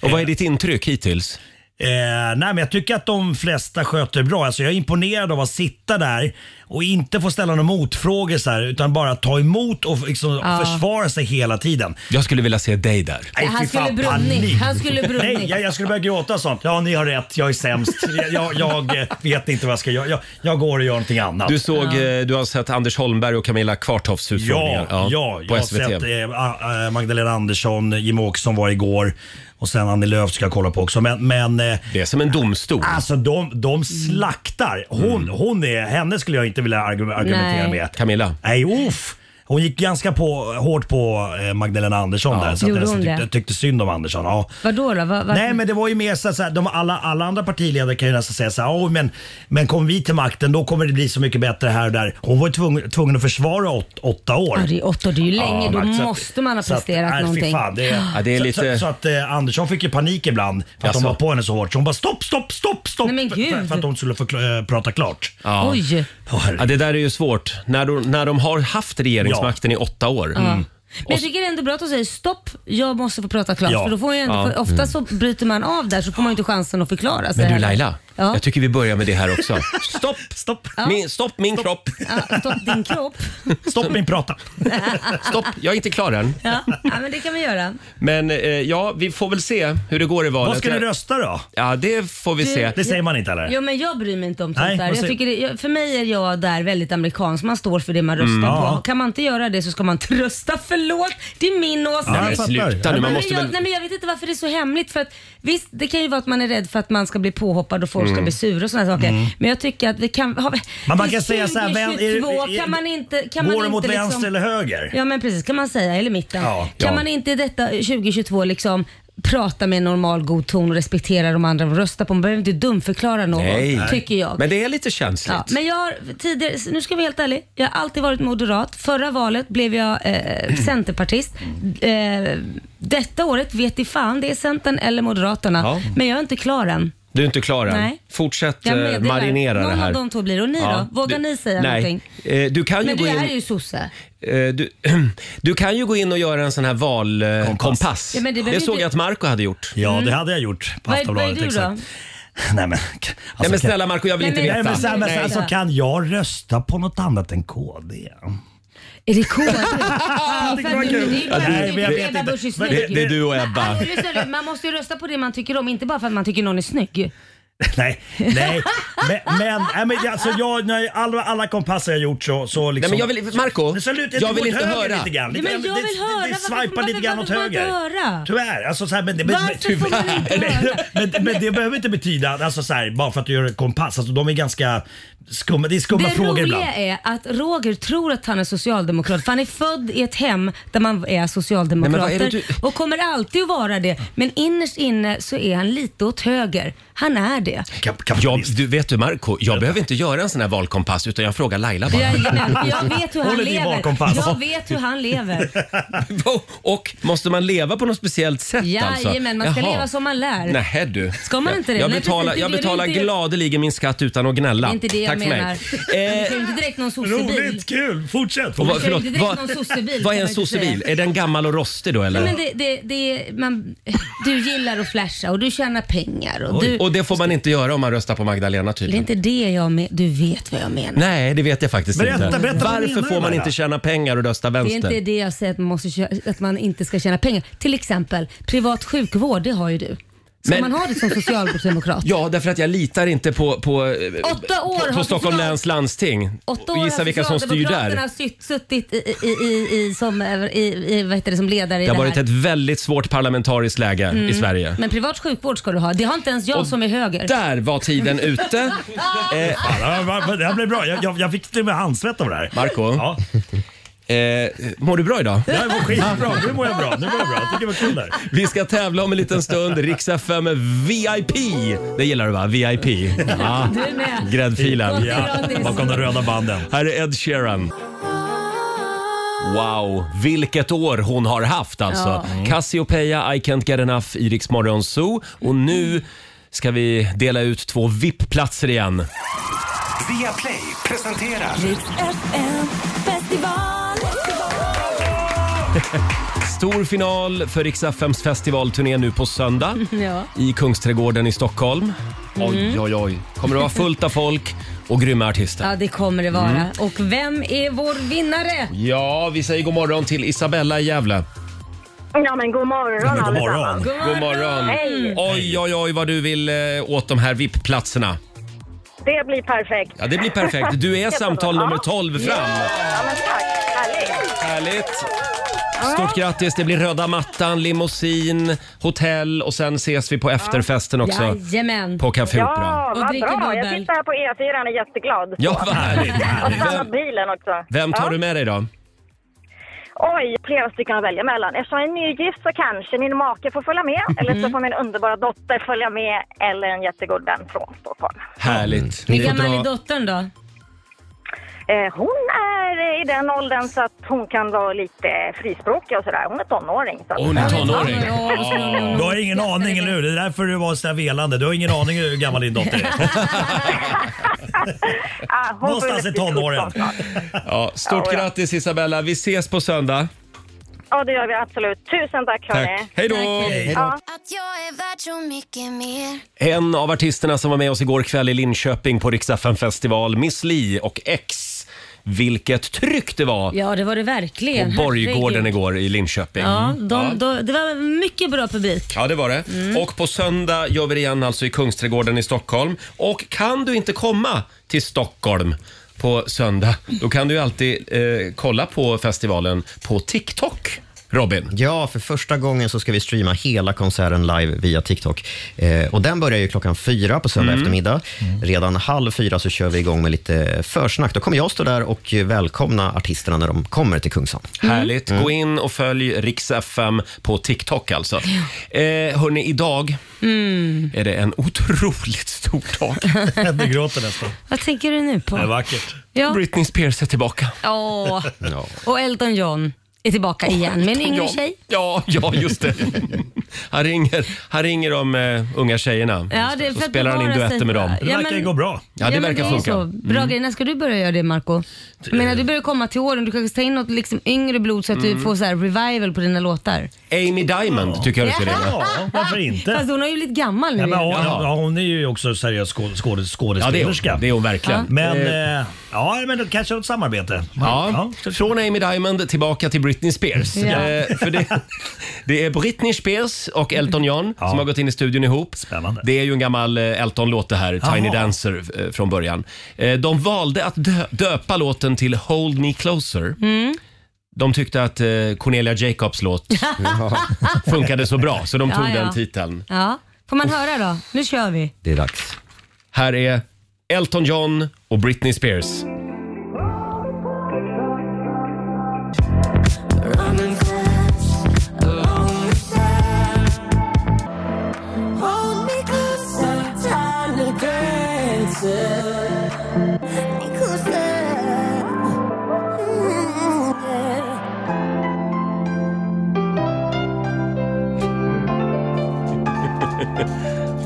A: Och vad är ditt intryck hittills?
I: Eh, nej, men jag tycker att de flesta sköter bra. Alltså, jag är imponerad av att sitta där och inte få ställa några motfrågor så här, utan bara ta emot och liksom
B: Ja.
I: försvara sig hela tiden.
A: Jag skulle vilja se dig där.
I: Nej,
B: Han
I: fy
B: skulle
I: fan,
B: brunnit.
I: panik.
B: Han skulle brunnit.
I: Nej, jag, jag skulle börja gråta och sånt. Ja, ni har rätt. Jag är sämst. Jag, jag, jag eh, vet inte vad jag ska göra. Jag, jag går och gör någonting annat.
A: Du, såg, eh, du har sett Anders Holmberg och Camilla Kvartoffs
I: Ja,
A: utfrågningar
I: ja,
A: på
I: jag har
A: SVT.
I: sett eh, A- eh, Magdalena Andersson, Jimmie Åkesson var igår och sen Annie Lööf ska jag kolla på också. Men, men eh,
A: Det är som en domstol.
I: alltså de, de slaktar. Hon,
B: Mm.
I: hon är, henne skulle jag inte vilja argu- argumentera
B: Nej.
I: med.
A: Camilla.
I: Nej, uff. Hon gick ganska på, hårt på eh, Magdalena Andersson där så att
B: Gjorde
I: jag nästan
B: hon
I: tyckte,
B: det?
I: tyckte synd om Andersson. Ja.
B: Vadå då? Vad, vad?
I: Nej men det var ju mer så att så här, de alla, alla andra partiledare kan ju nästan säga så här, "Åh, men, men kommer vi till makten då kommer det bli så mycket bättre här och där. Hon var ju tvungen, tvungen att försvara åt, åtta år.
B: Ja, det är åtta, det är ju länge.
I: Ja,
B: Då
I: exakt.
B: måste man ha
I: Så att-
B: presterat
I: nej, fy
B: någonting.
I: Fan, det, är,
A: Ja, det är
I: så,
A: lite-
I: så, så att eh, Andersson fick ju panik ibland för att
A: Jaså?
I: de var på henne så hårt. Så hon bara stopp, stopp, stopp, stopp.
B: Nej, men
I: för-
B: gud.
I: För, för att hon skulle få kl- eh, prata klart.
A: Ja.
B: Oj.
I: Oh,
A: Ja, det där är ju svårt. När de, när de har haft regeringsmakten i åtta år.
I: Mm.
A: Mm.
B: Men jag tycker det är ändå bra att de säger stopp, jag måste få prata klart.
I: Ja.
B: För då får jag ändå,
A: Ja. Mm.
B: för ofta så bryter man av där så får man ju inte chansen att förklara sig.
A: Men du Laila,
B: Ja.
A: jag tycker vi börjar med det här också. Stopp!
I: Stopp,
A: Min, stopp min kropp!
B: Ja, stopp din kropp.
I: stopp min prata.
A: Stopp, jag är inte klar än.
B: Ja. ja, men det kan vi göra.
A: Men eh, ja, vi får väl se hur det går i valet.
I: Vad ska du rösta då?
A: Ja, det får vi se.
I: Det säger man inte eller?
B: Jo, men jag bryr mig inte om sånt
I: Nej,
B: där.
I: vad
B: Jag
I: säger-
B: tycker det, jag, för mig är jag där väldigt amerikansk. Man står för det man röstar
I: Mm,
B: på. Kan man inte göra det så ska man inte rösta. Förlåt, det är min åsikt.
I: Ja,
A: Men
I: jag fattar.
A: sluta nu,
I: Nej,
A: man
B: men
A: måste
B: jag,
A: väl...
B: nej, men jag vet inte varför det är så hemligt. För att, visst, det kan ju vara att man är rädd för att man ska bli påhoppad och folk ska bli sura och sådana saker. Men jag tycker att vi kan... Ha,
I: Mm. Men man
B: i
I: kan säga så här, vem- är det-
B: 2022
I: är-
B: kan man inte... Kan man
I: Går
B: inte
I: de åt
B: liksom,
I: vänster eller höger?
B: Ja men precis, kan man säga, eller mitten.
I: Ja,
B: kan
A: ja.
B: man inte i detta 2022 liksom prata med en normal god ton och respektera de andra och rösta på. Man behöver inte dumförklara någon,
A: Nej.
B: tycker jag.
A: Men det är lite känsligt.
B: Ja, men jag har tidigare, nu ska vi vara helt ärlig, jag har alltid varit moderat. Förra valet blev jag eh, centerpartist. Eh, detta året vet i fan, det är Centern eller Moderaterna.
A: Ja.
B: Men jag är inte klar än.
A: Du är inte klar än.
B: Nej.
A: Fortsätt
B: Jag
A: eh,
B: meddelar.
A: marinera
B: Någon
A: det här.
B: av de två blir det. Och ni då? Vågar ni säga
A: nej.
B: någonting?
A: Eh, Du kan ju
B: Men
A: gå
B: du är
A: in...
B: ju sosse.
A: Eh, du, du kan ju gå in och göra en sån här valkompass. Kompass.
B: Ja, men det
A: det
B: behöver
A: såg
B: inte- Alltså,
A: jag att Marco hade gjort.
I: Ja, det hade jag gjort på
B: Mm. Vad är, vad är
I: Aftonbladet.
B: du då?
I: exakt. Nej men, alltså,
A: Nej men
I: kan-
A: snälla Marco jag vill
B: Nej,
A: inte
B: men-
I: Nej, men,
A: veta.
I: så här, men, så här,
B: Nej.
I: alltså, kan jag rösta på något annat än KD?
B: Är det KD? Nej, för
I: vara
B: att du-
I: kul.
B: det är ju bara-
I: Ja, det-
B: det är
I: men jag
B: ju
I: vet
B: Ebba
I: inte.
B: Busch är
I: Men det-
B: snygg.
A: Det är du och Ebba.
B: Alltså, lyssna nu, Man måste ju rösta på det man tycker om, inte bara för att man tycker någon är snygg.
I: Nej, nej. Men, men, nej, men alltså, jag, nej, alla, alla kompasser jag gjort så, så
A: Nej,
I: liksom...
A: men jag vill, Marco,
I: Men så lutar
A: jag vill
I: åt
A: inte
I: höger
A: höra.
I: Lite grann.
B: Ja,
I: Lite,
B: men jag
I: det-
B: vill
I: det-
B: höra.
I: Det
B: Varför
I: svajpar
B: får man-
I: lite grann åt
B: varför får man inte
I: höger.
B: höra?
I: Tyvärr. Alltså, så här, men, det- men, men,
B: Varför får man inte höra?
I: men, men det behöver inte betyda, alltså, så här, bara för att du gör en kompass, alltså, de är ganska skumma, det är skumma
B: Det
I: frågor
B: roliga
I: ibland.
B: är att Roger tror att han är socialdemokrat för han är född i ett hem där man
A: Nej, men
B: är
A: vad är det
B: socialdemokrater
A: du-
B: och kommer alltid att vara det. Men innerst inne så är han lite åt höger. Han är det.
I: Kap-
A: Jag,
I: kapitalist.
A: du vet du Marco, jag behöver inte göra en sån här valkompass utan jag frågar Laila bara.
B: Jajamän, Jag vet hur han
I: Håller din
B: lever.
I: valkompass.
B: Jag vet hur han lever.
A: Och måste man leva på något speciellt sätt alltså?
B: Jajamän, man ska
A: Jaha.
B: leva som man lär.
A: Nähä du.
B: Ska man inte det?
A: Jag
B: Nej,
A: betalar,
B: precis,
A: jag
B: det är det du
A: betalar
B: inte gör.
A: gladeligen min skatt utan att gnälla.
B: Det är inte det jag
A: Tack för
B: menar.
A: mig.
B: Det
A: Eh,
B: är ju inte direkt någon sossebil.
I: Roligt, kul, fortsätt.
A: och vad,
B: kör ju
A: förlåt,
B: inte direkt någon sossebil,
A: vad, vad är
B: kan man
A: en
B: inte
A: sossebil?
B: säga.
A: Är den gammal och rostig då eller?
B: Nej, men det, det, det är, man, du gillar att flasha och du tjänar pengar. Och du,
A: Och det får man inte göra om man röstar på Magdalena
B: det är
A: tydligen.
B: inte det jag menar. Du vet vad jag menar.
A: Nej, det vet jag faktiskt
I: Berätta,
A: inte.
I: berätta, vad
A: Varför
I: menar du,
A: får man
I: Laila?
A: inte tjäna pengar och rösta
B: Det är
A: vänster?
B: inte det jag säger att man, måste, kö- att man inte ska tjäna pengar. Till exempel privat sjukvård, det har ju du. Ska
A: Men-
B: man ha det som socialdemokrat?
A: Ja, därför att jag litar inte på, på, eh,
B: Åtta år
A: på,
B: har
A: på Stockholm
B: social-
A: läns landsting.
B: Åtta
A: Och
B: år
A: Gissa
B: har
A: vilka som styr
B: Socialdemokraterna
A: där.
B: sutt- suttit i, i, i, i, som, eh, i, i, vad heter det, som ledare i
A: Det
B: det
A: har
B: här. Mm.
A: varit ett väldigt svårt parlamentariskt läge i Sverige.
B: Men privat sjukvård ska du ha. Det har inte ens jag som är höger.
A: Där var tiden ute. Eh,
I: Ja, va- va- Det här blev bra. Jag, jag, jag fick till och med handsvett av det här.
A: Marco?
I: Ja,
A: eh, mår du bra idag?
I: det här var skitbra. Nu mår jag bra. Nu mår jag bra. Jag tycker det var kul där.
A: Vi ska tävla om en liten stund. Riksa 5 VIP. Det gillar du va? VIP. Ja.
B: Du är med.
A: Gräddfilen.
I: Ja, bakom de röda banden.
A: Här är Ed Sheeran. Wow, vilket år hon har haft alltså.
B: Mm.
A: Cassiopeia, I can't get enough i Rix Morgon Zoo. Och nu ska vi dela ut två VIP-platser igen.
D: Via Play presenterar
J: Riks FM festival.
A: Stor final för Rix FMs festivalturné nu på söndag
B: Ja.
A: i Kungsträdgården i Stockholm. Oj, oj, oj. Kommer det vara fullt av folk och grymma artister.
B: ja, det kommer det vara.
A: Mm.
B: Och vem är vår vinnare?
A: Ja, vi säger god morgon till Isabella i Gävle.
F: Ja, men god morgon
I: Men god
F: allesammans.
I: morgon.
A: God morgon!
B: Mm.
F: Hej.
A: Oj, oj, oj vad du vill eh, åt de här VIP-platserna.
F: Det blir perfekt.
A: Ja, det blir perfekt. Du är
F: Helt
A: samtal
F: underbart.
A: nummer 12 fram.
F: Ja, men tack. Härligt.
A: Härligt! Stort grattis! Det blir röda mattan, limousin, hotell och sen ses vi på efterfesten också
B: Jajamän.
A: på Café Opera.
F: Ja,
B: Och
F: vad
B: dricker
F: bra. Jag
B: bubbel.
F: sitter här på E4 och är jätteglad.
A: Ja, vad härligt!
F: Och stannar
A: Vem,
F: bilen också.
A: vem tar
F: ja.
A: du med dig då?
F: Oj, flera stycken att välja mellan. Eftersom jag är nygift så kanske min make får följa med. Eller så får min underbara dotter följa med. Eller en jättegod vän från Stockholm.
A: Härligt!
B: Hur
A: Ni får
B: gammal
A: dra-
B: är dottern då?
F: Eh, hon är eh, i den åldern så att hon kan vara lite frispråkig och sådär. Hon är tonåring. Så att,
A: Åh, Hon är tonåring.
B: Ja, så ska hon nog
I: Du har ingen aning, eller hur? Det är därför du var sådär velande. Du har ingen aning hur gammal din dotter är.
F: ah, hon får
I: Någonstans i
F: väl bli
I: tonåren.
F: 17 snart.
A: Ja, stort
F: Ja, ja.
A: grattis Isabella! Vi ses på söndag.
F: Ja, det gör vi absolut. Tusen tack hörni.
A: Tack! Hej då!
B: Tack.
J: Att jag är värd så mycket mer
A: En av artisterna som var med oss igår kväll i Linköping på Riksdagen festival, Miss Li och X. Vilket tryck det var!
B: Ja, det var det verkligen.
A: på Borggården
B: Herregud.
A: igår Mm. i Linköping.
B: Ja, de,
A: Ja.
B: de, det var mycket bra publik.
A: Ja, det var det. Och på söndag gör vi det igen alltså i Kungsträdgården i Stockholm. Och kan du inte komma till Stockholm på söndag, då kan du ju alltid eh, kolla på festivalen på TikTok, Robin.
G: Ja, för första gången så ska vi streama hela konserten live via TikTok. Eh, och den börjar ju klockan fyra på söndag eftermiddag. Redan halv fyra så kör vi igång med lite försnack. Då kommer jag stå där och eh, välkomna artisterna när de kommer till Kungsholmen.
A: Härligt.
B: Mm.
A: Gå in och följ Rix FM på TikTok alltså. Eh, hörni, idag
B: Mm.
A: är det en otroligt stor dag.
I: Du gråter nästan.
B: Vad tänker du nu
I: Det är
B: på?
I: vackert.
B: Ja.
A: Britney Spears är tillbaka.
B: Åh. Och Elton John är tillbaka igen med en yngre tjej.
A: Ja, ja just det. Han ringer, han ringer de eh, unga tjejerna.
B: Ja, det är
A: så
B: för att
A: spelar han in
B: bevara
A: duetter
B: sig.
A: med dem.
I: Det
B: Ja,
I: verkar ju
B: men-
I: gå bra.
A: Ja, det
B: men
A: verkar
B: är ju
A: funka. Mm. Eh.
B: så. Bra grejer. När ska du börja göra det, Marco? Jag menar, du börjar komma till åren. Du kanske ska ta in något liksom yngre blod så att
A: Mm.
B: du får så här revival på dina låtar.
A: Amy Diamond tycker jag du ska ringa.
I: Ja, varför inte?
B: Fast hon är ju blivit gammal nu.
I: Ja, men hon,
A: Jaha.
I: ja, hon är ju också seriös skå- skåde-
A: Ja, det är
I: skådespelerska.
A: hon, det är hon verkligen.
I: Men,
A: Eh,
I: eh, ja, men då kanske ett samarbete.
A: Ja, från Amy Diamond tillbaka till Britney Spears.
B: Ja.
A: Eh, för det, det är Britney Spears och Elton John som har gått in i studion ihop.
I: Spännande.
A: Det är ju en gammal eh, Elton-låt det här, Tiny
I: Jaha.
A: Dancer eh, från början. Eh, De valde att dö- döpa låten till Hold Me Closer.
B: Mm.
A: De tyckte att eh, Cornelia Jacobs låt funkade så bra så de
B: Ja,
A: tog
B: ja.
A: den titeln.
B: Ja. Får man höra då? Nu kör vi.
G: Det är dags.
A: Här är Elton John och Britney Spears.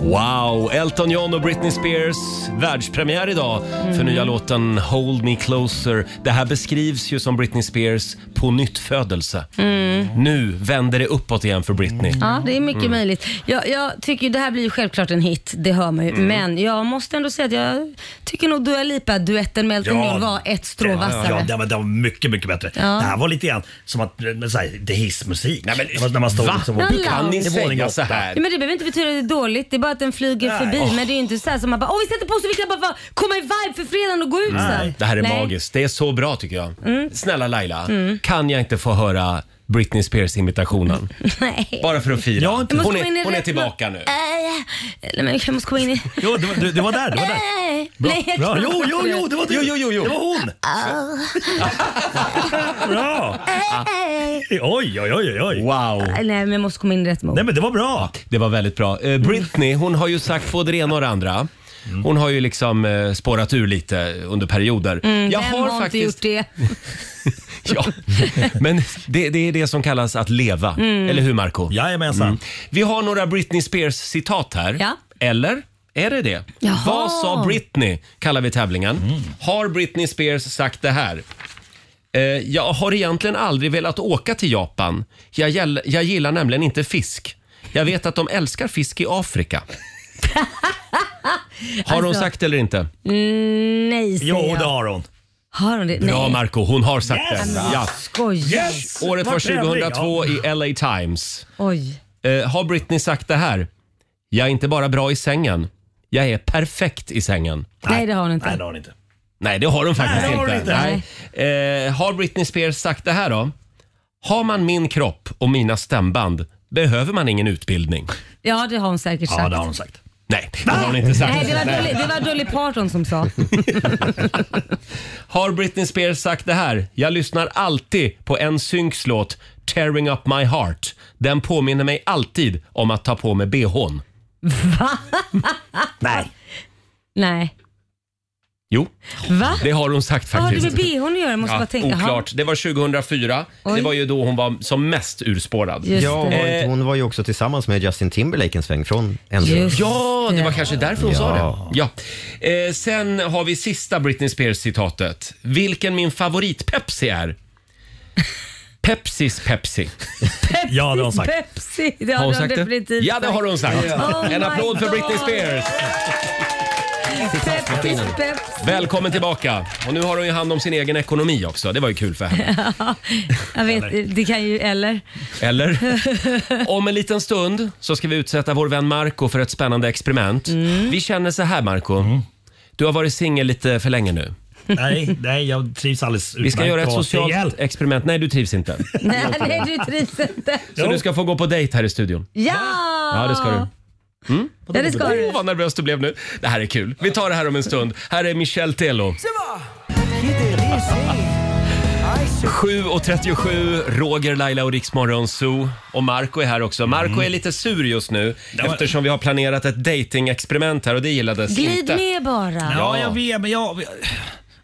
A: Wow! Elton John och Britney Spears världspremiär idag för
B: Mm.
A: nya låten Hold Me Closer. Det här beskrivs ju som Britney Spears på nytt födelse.
B: Mm.
A: Nu vänder det uppåt igen för Britney.
B: Ja,
I: Mm.
B: det är mycket möjligt. Jag, jag tycker det här blir ju självklart en hit, det hör man ju.
I: Mm.
B: Men jag måste ändå säga att jag tycker nog Dua Lipa-duetten med Elton
I: Ja.
B: John var ett strå vassare.
I: Ja, det var, det var mycket, mycket bättre. Det här var lite grann som att, eh, så här, det är hissmusik.
A: Nej, men-
I: Det var när man stod
A: Va?
I: liksom,
A: Hur kan ni
I: Det är våning
A: säga
I: åtta.
A: så här?
B: Ja, men det behöver inte betyda att det är dåligt, det är bara att den flyger
I: Nej.
B: förbi.
I: Åh.
B: Men det är ju inte så här som man bara åh vi sätter på så vi kan bara vara- komma i vibe för fredagen och gå ut sen.
A: Det här är
B: Nej. Mm.
A: magiskt. Det är så bra tycker jag. Snälla Laila, kan jag inte få höra Britney Spears-imitationen?
B: Nej.
A: Bara för att fira.
I: Ja, inte-
B: Jag måste
A: Hon
B: komma in i
A: är, hon är
B: rätt-
A: tillbaka nu.
B: Äh, eller men jag måste komma in i...
I: Jo, det var, du, det var där. Det var där.
B: Äh, nej,
I: Bra.
B: jag
I: Bra.
B: kan
I: Jo,
B: inte.
I: jo, jo, det var du.
A: Jo, jo, jo, jo.
I: Det var hon. bra. Oj, oj, oj, oj.
A: Wow!
B: Äh, Nej men jag måste komma in i rätt mode.
I: Ah. Nej, men det var bra.
A: Det var väldigt bra. Eh, Britney, hon har ju sagt både det ena och det andra. Hon har ju liksom eh, spårat ur lite under perioder. jag
B: Mm, Vem har inte gjort det?
A: Ja, men det, det är det som kallas att leva.
B: Mm.
A: Eller hur Marco?
I: Jajamensan.
A: Vi har några Britney Spears-citat här.
B: Ja.
A: Eller? Är det det?
B: Jaha.
A: Vad sa Britney? Kallar vi tävlingen. Har Britney Spears sagt det här? Eh, jag har egentligen aldrig velat åka till Japan. Jag, gäll, jag gillar nämligen inte fisk. Jag vet att de älskar fisk i Afrika. Har hon
B: Alltså-
A: sagt det eller inte?
B: Mm, nej, säger jag.
A: hon.
B: Har hon det?
A: Bra
B: nej.
A: Marco, hon har sagt
B: Yes!
A: det. Ja.
B: Skojar.
A: Året var 2002 i LA Times.
B: Oj.
A: Eh, har Britney sagt det här? Jag är inte bara bra i sängen. Jag är perfekt i sängen.
B: Nej, det har hon inte.
A: Nej, det har hon inte. Nej, det har hon faktiskt
B: Nej, det har hon
A: inte.
B: inte.
A: Nej. Eh, har Britney Spears sagt det här då? Har man min kropp och mina stämband behöver man ingen utbildning.
B: Ja, det har hon säkert sagt.
A: sagt. Nej, det har hon inte sagt.
B: Nej, det var,
A: Nej.
B: Dolly, det var Dolly Parton som sa.
A: Har Britney Spears sagt det här? Jag lyssnar alltid på en låt “Tearing Up My Heart”. Den påminner mig alltid om att ta på mig bhn.
B: Va?
A: Nej.
B: Nej.
A: Jo,
B: Va?
A: det har hon sagt
B: Vad har du
A: faktiskt.
B: med bhn att göra? Jag måste bara tänka. Jaha.
A: oklart. Det var 2004.
B: Oj.
A: Det var ju då hon var som mest urspårad.
G: Ja, och hon var ju också tillsammans med Justin Timberlake en sväng från Enzo.
A: Just Ja, det var kanske därför hon sa
G: Ja.
A: det. Ja. Eh, sen har vi sista Britney Spears-citatet. Vilken min favorit-Pepsi är? Pepsis Pepsi. ja, det har
B: Pepsi, det
A: Har
B: har
A: hon
B: hon
A: sagt det?
B: definitivt
A: Ja, det har hon sagt.
B: Oh
A: en
B: my
A: applåd för
B: God.
A: Britney Spears.
B: Pepsi, Pepsi.
A: Välkommen tillbaka. Och nu har hon ju hand om sin egen ekonomi också. Det var ju kul för henne.
B: Ja, jag vet, det kan ju, eller?
A: Eller? Om en liten stund så ska vi utsätta vår vän Marco för ett spännande experiment. Vi känner så här Marco. Du har varit singel lite för länge nu.
I: Nej, nej, jag trivs alldeles
A: Vi ska
I: utmärkt
A: göra ett
I: att vara
A: socialt
I: singel.
A: experiment. Nej, du trivs inte.
B: Nej, nej, du trivs inte.
A: Så du ska få gå på dejt här i studion.
B: Ja!
A: Ja, det ska du. Mm?
B: Ja, det ska du.
A: Åh, vad nervös du blev nu. Det här är kul. Vi tar det här om en stund. Här är Michel Telo. 7.37, Roger, Laila och Riksmorgon Zoo. Och Marco är här också. Marco
I: Mm.
A: är lite sur just nu eftersom vi har planerat ett datingexperiment här och det gillades
B: Glid
A: inte.
B: med bara.
I: Ja, jag vet, men jag...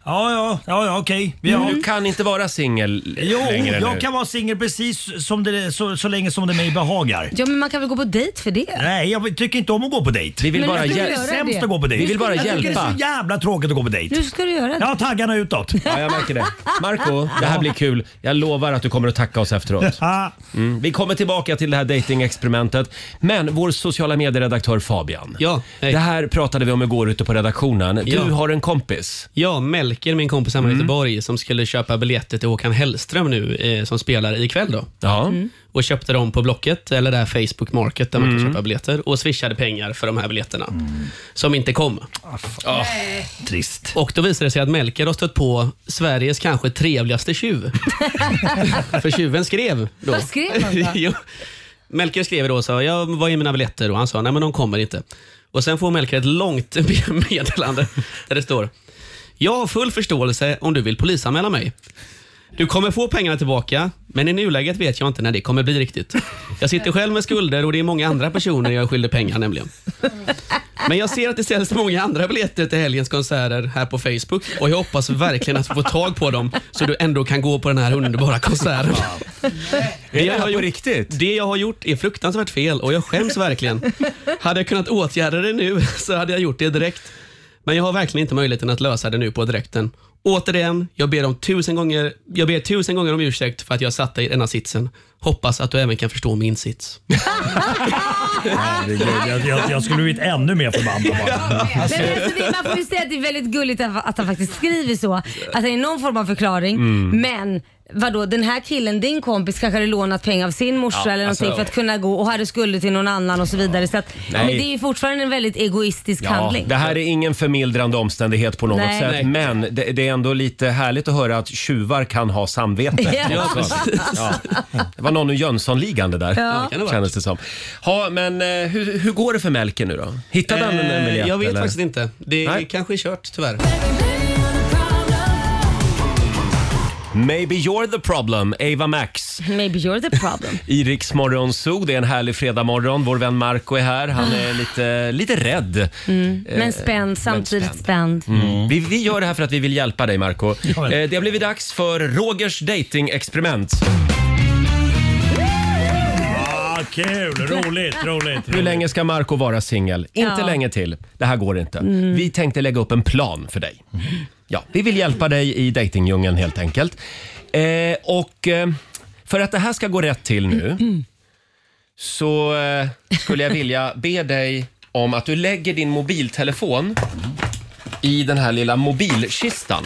I: Ja, ja, ja, ja okej. Vi har-
A: Du kan inte vara singel
I: Jo,
A: längre
I: jag
A: nu.
I: kan vara singel precis som det, så, så länge som det mig behagar.
B: Ja, men man kan väl gå på dejt för det?
I: Nej, jag tycker inte om att gå på dejt.
A: Vi vill
B: Men bara du ska hjäl-
I: hjälpa.
B: göra
I: Sämst
B: det.
I: att gå på dejt.
B: Vi vill bara
I: jag tycker Det är
A: hjälpa.
I: så jävla tråkigt att gå på dejt.
B: Nu ska du göra
I: Jag
B: det.
I: har taggarna utåt.
A: Ja, jag märker det. Marco, det här blir kul. Jag lovar att du kommer att tacka oss efteråt.
I: Ah.
A: Mm. Vi kommer tillbaka till det här datingexperimentet. Men vår sociala medieredaktör Fabian.
H: Ja,
A: Det här pratade vi om igår ute på redaktionen. Du
H: Ja.
A: har en kompis.
H: Ja, Melker, min kompis
A: Mm.
H: hemma i Göteborg, som skulle köpa biljetter till Håkan Hellström nu, eh, som spelar ikväll då.
A: Ja.
H: Och köpte dem på Blocket, eller det här Facebook Market, där man
A: Mm.
H: kan köpa biljetter, och swishade pengar för de här biljetterna, som inte kom. Ja.
I: Trist.
H: Och då visade det sig att Melker har stött på Sveriges kanske trevligaste tjuv. för tjuven skrev då.
B: Vad skrev han då?
H: Jo. Melker skrev då så jag var är mina biljetter och han sa nej men de kommer inte. Och sen får Melker ett långt meddelande där det står Jag har full förståelse om du vill polisanmäla mig. Du kommer få pengarna tillbaka, men i nuläget vet jag inte när det kommer bli riktigt. Jag sitter själv med skulder och det är många andra personer jag är skyldig pengar nämligen. Men jag ser att det säljs många andra biljetter till helgens konserter här på Facebook och jag hoppas verkligen att få tag på dem så du ändå kan gå på den här underbara konserten. Det jag, har gjort,
A: riktigt?
H: det jag har gjort är fruktansvärt fel och jag skäms verkligen. Hade jag kunnat åtgärda det nu så hade jag gjort det direkt. Men jag har verkligen inte möjligheten att lösa det nu på direkten. Återigen, jag ber, om tusen gånger, jag ber tusen gånger om ursäkt för att jag satte i denna sitsen. Hoppas att du även kan förstå min sits.
B: Ah,
I: Herregud, jag, jag, jag skulle blivit ännu mer förbannad bara.
B: Men alltså, det, man får ju säga att det är väldigt gulligt att, att han faktiskt skriver så. Att det är någon form av förklaring.
K: Mm.
B: Men vadå, den här killen, din kompis, kanske hade lånat pengar av sin morsa
K: Ja,
B: eller någonting
K: alltså-
B: för att kunna gå och hade skulder till någon annan och så vidare. Så att,
A: Nej.
B: men det är ju fortfarande en väldigt egoistisk
A: Ja,
B: handling.
A: det här är ingen förmildrande omständighet på något
B: Nej.
A: sätt.
B: Nej.
A: Men det, det är ändå lite härligt att höra att tjuvar kan ha samvete.
B: Ja,
A: också.
B: precis.
A: Ja. Det var någon ur Jönssonligan det där,
H: Ja. Ja, det kan det ha
A: kändes det som. Ja, men eh, hur, hur går det för Melker nu då? Hittade han en
H: Eh,
A: biljett?
H: Jag vet
A: eller?
H: faktiskt inte. Det kanske är kört tyvärr.
A: Maybe you're the problem, Ava Max.
B: Maybe you're the problem.
A: I Rix Morgon Zoo, det är en härlig fredagmorgon. Vår vän Marco är här. Han
I: Ah.
A: är lite, lite rädd.
B: Mm.
A: Eh,
B: Men spänd, samtidigt spänd.
A: Mm. Vi, vi gör det här för att vi vill hjälpa dig, Marco. Eh, det har blivit dags för Rogers dating-experiment.
I: Ah, kul, roligt, roligt.
A: Hur länge ska Marco vara singel? Inte
I: Mm. Ja.
A: länge till. Det här går inte.
I: Mm.
A: Vi tänkte lägga upp en plan för dig. Ja, vi vill hjälpa dig i datingdjungeln helt enkelt. Eh, och eh, för att det här ska gå rätt till nu så eh, skulle jag vilja be dig om att du lägger din mobiltelefon i den här lilla mobilkistan.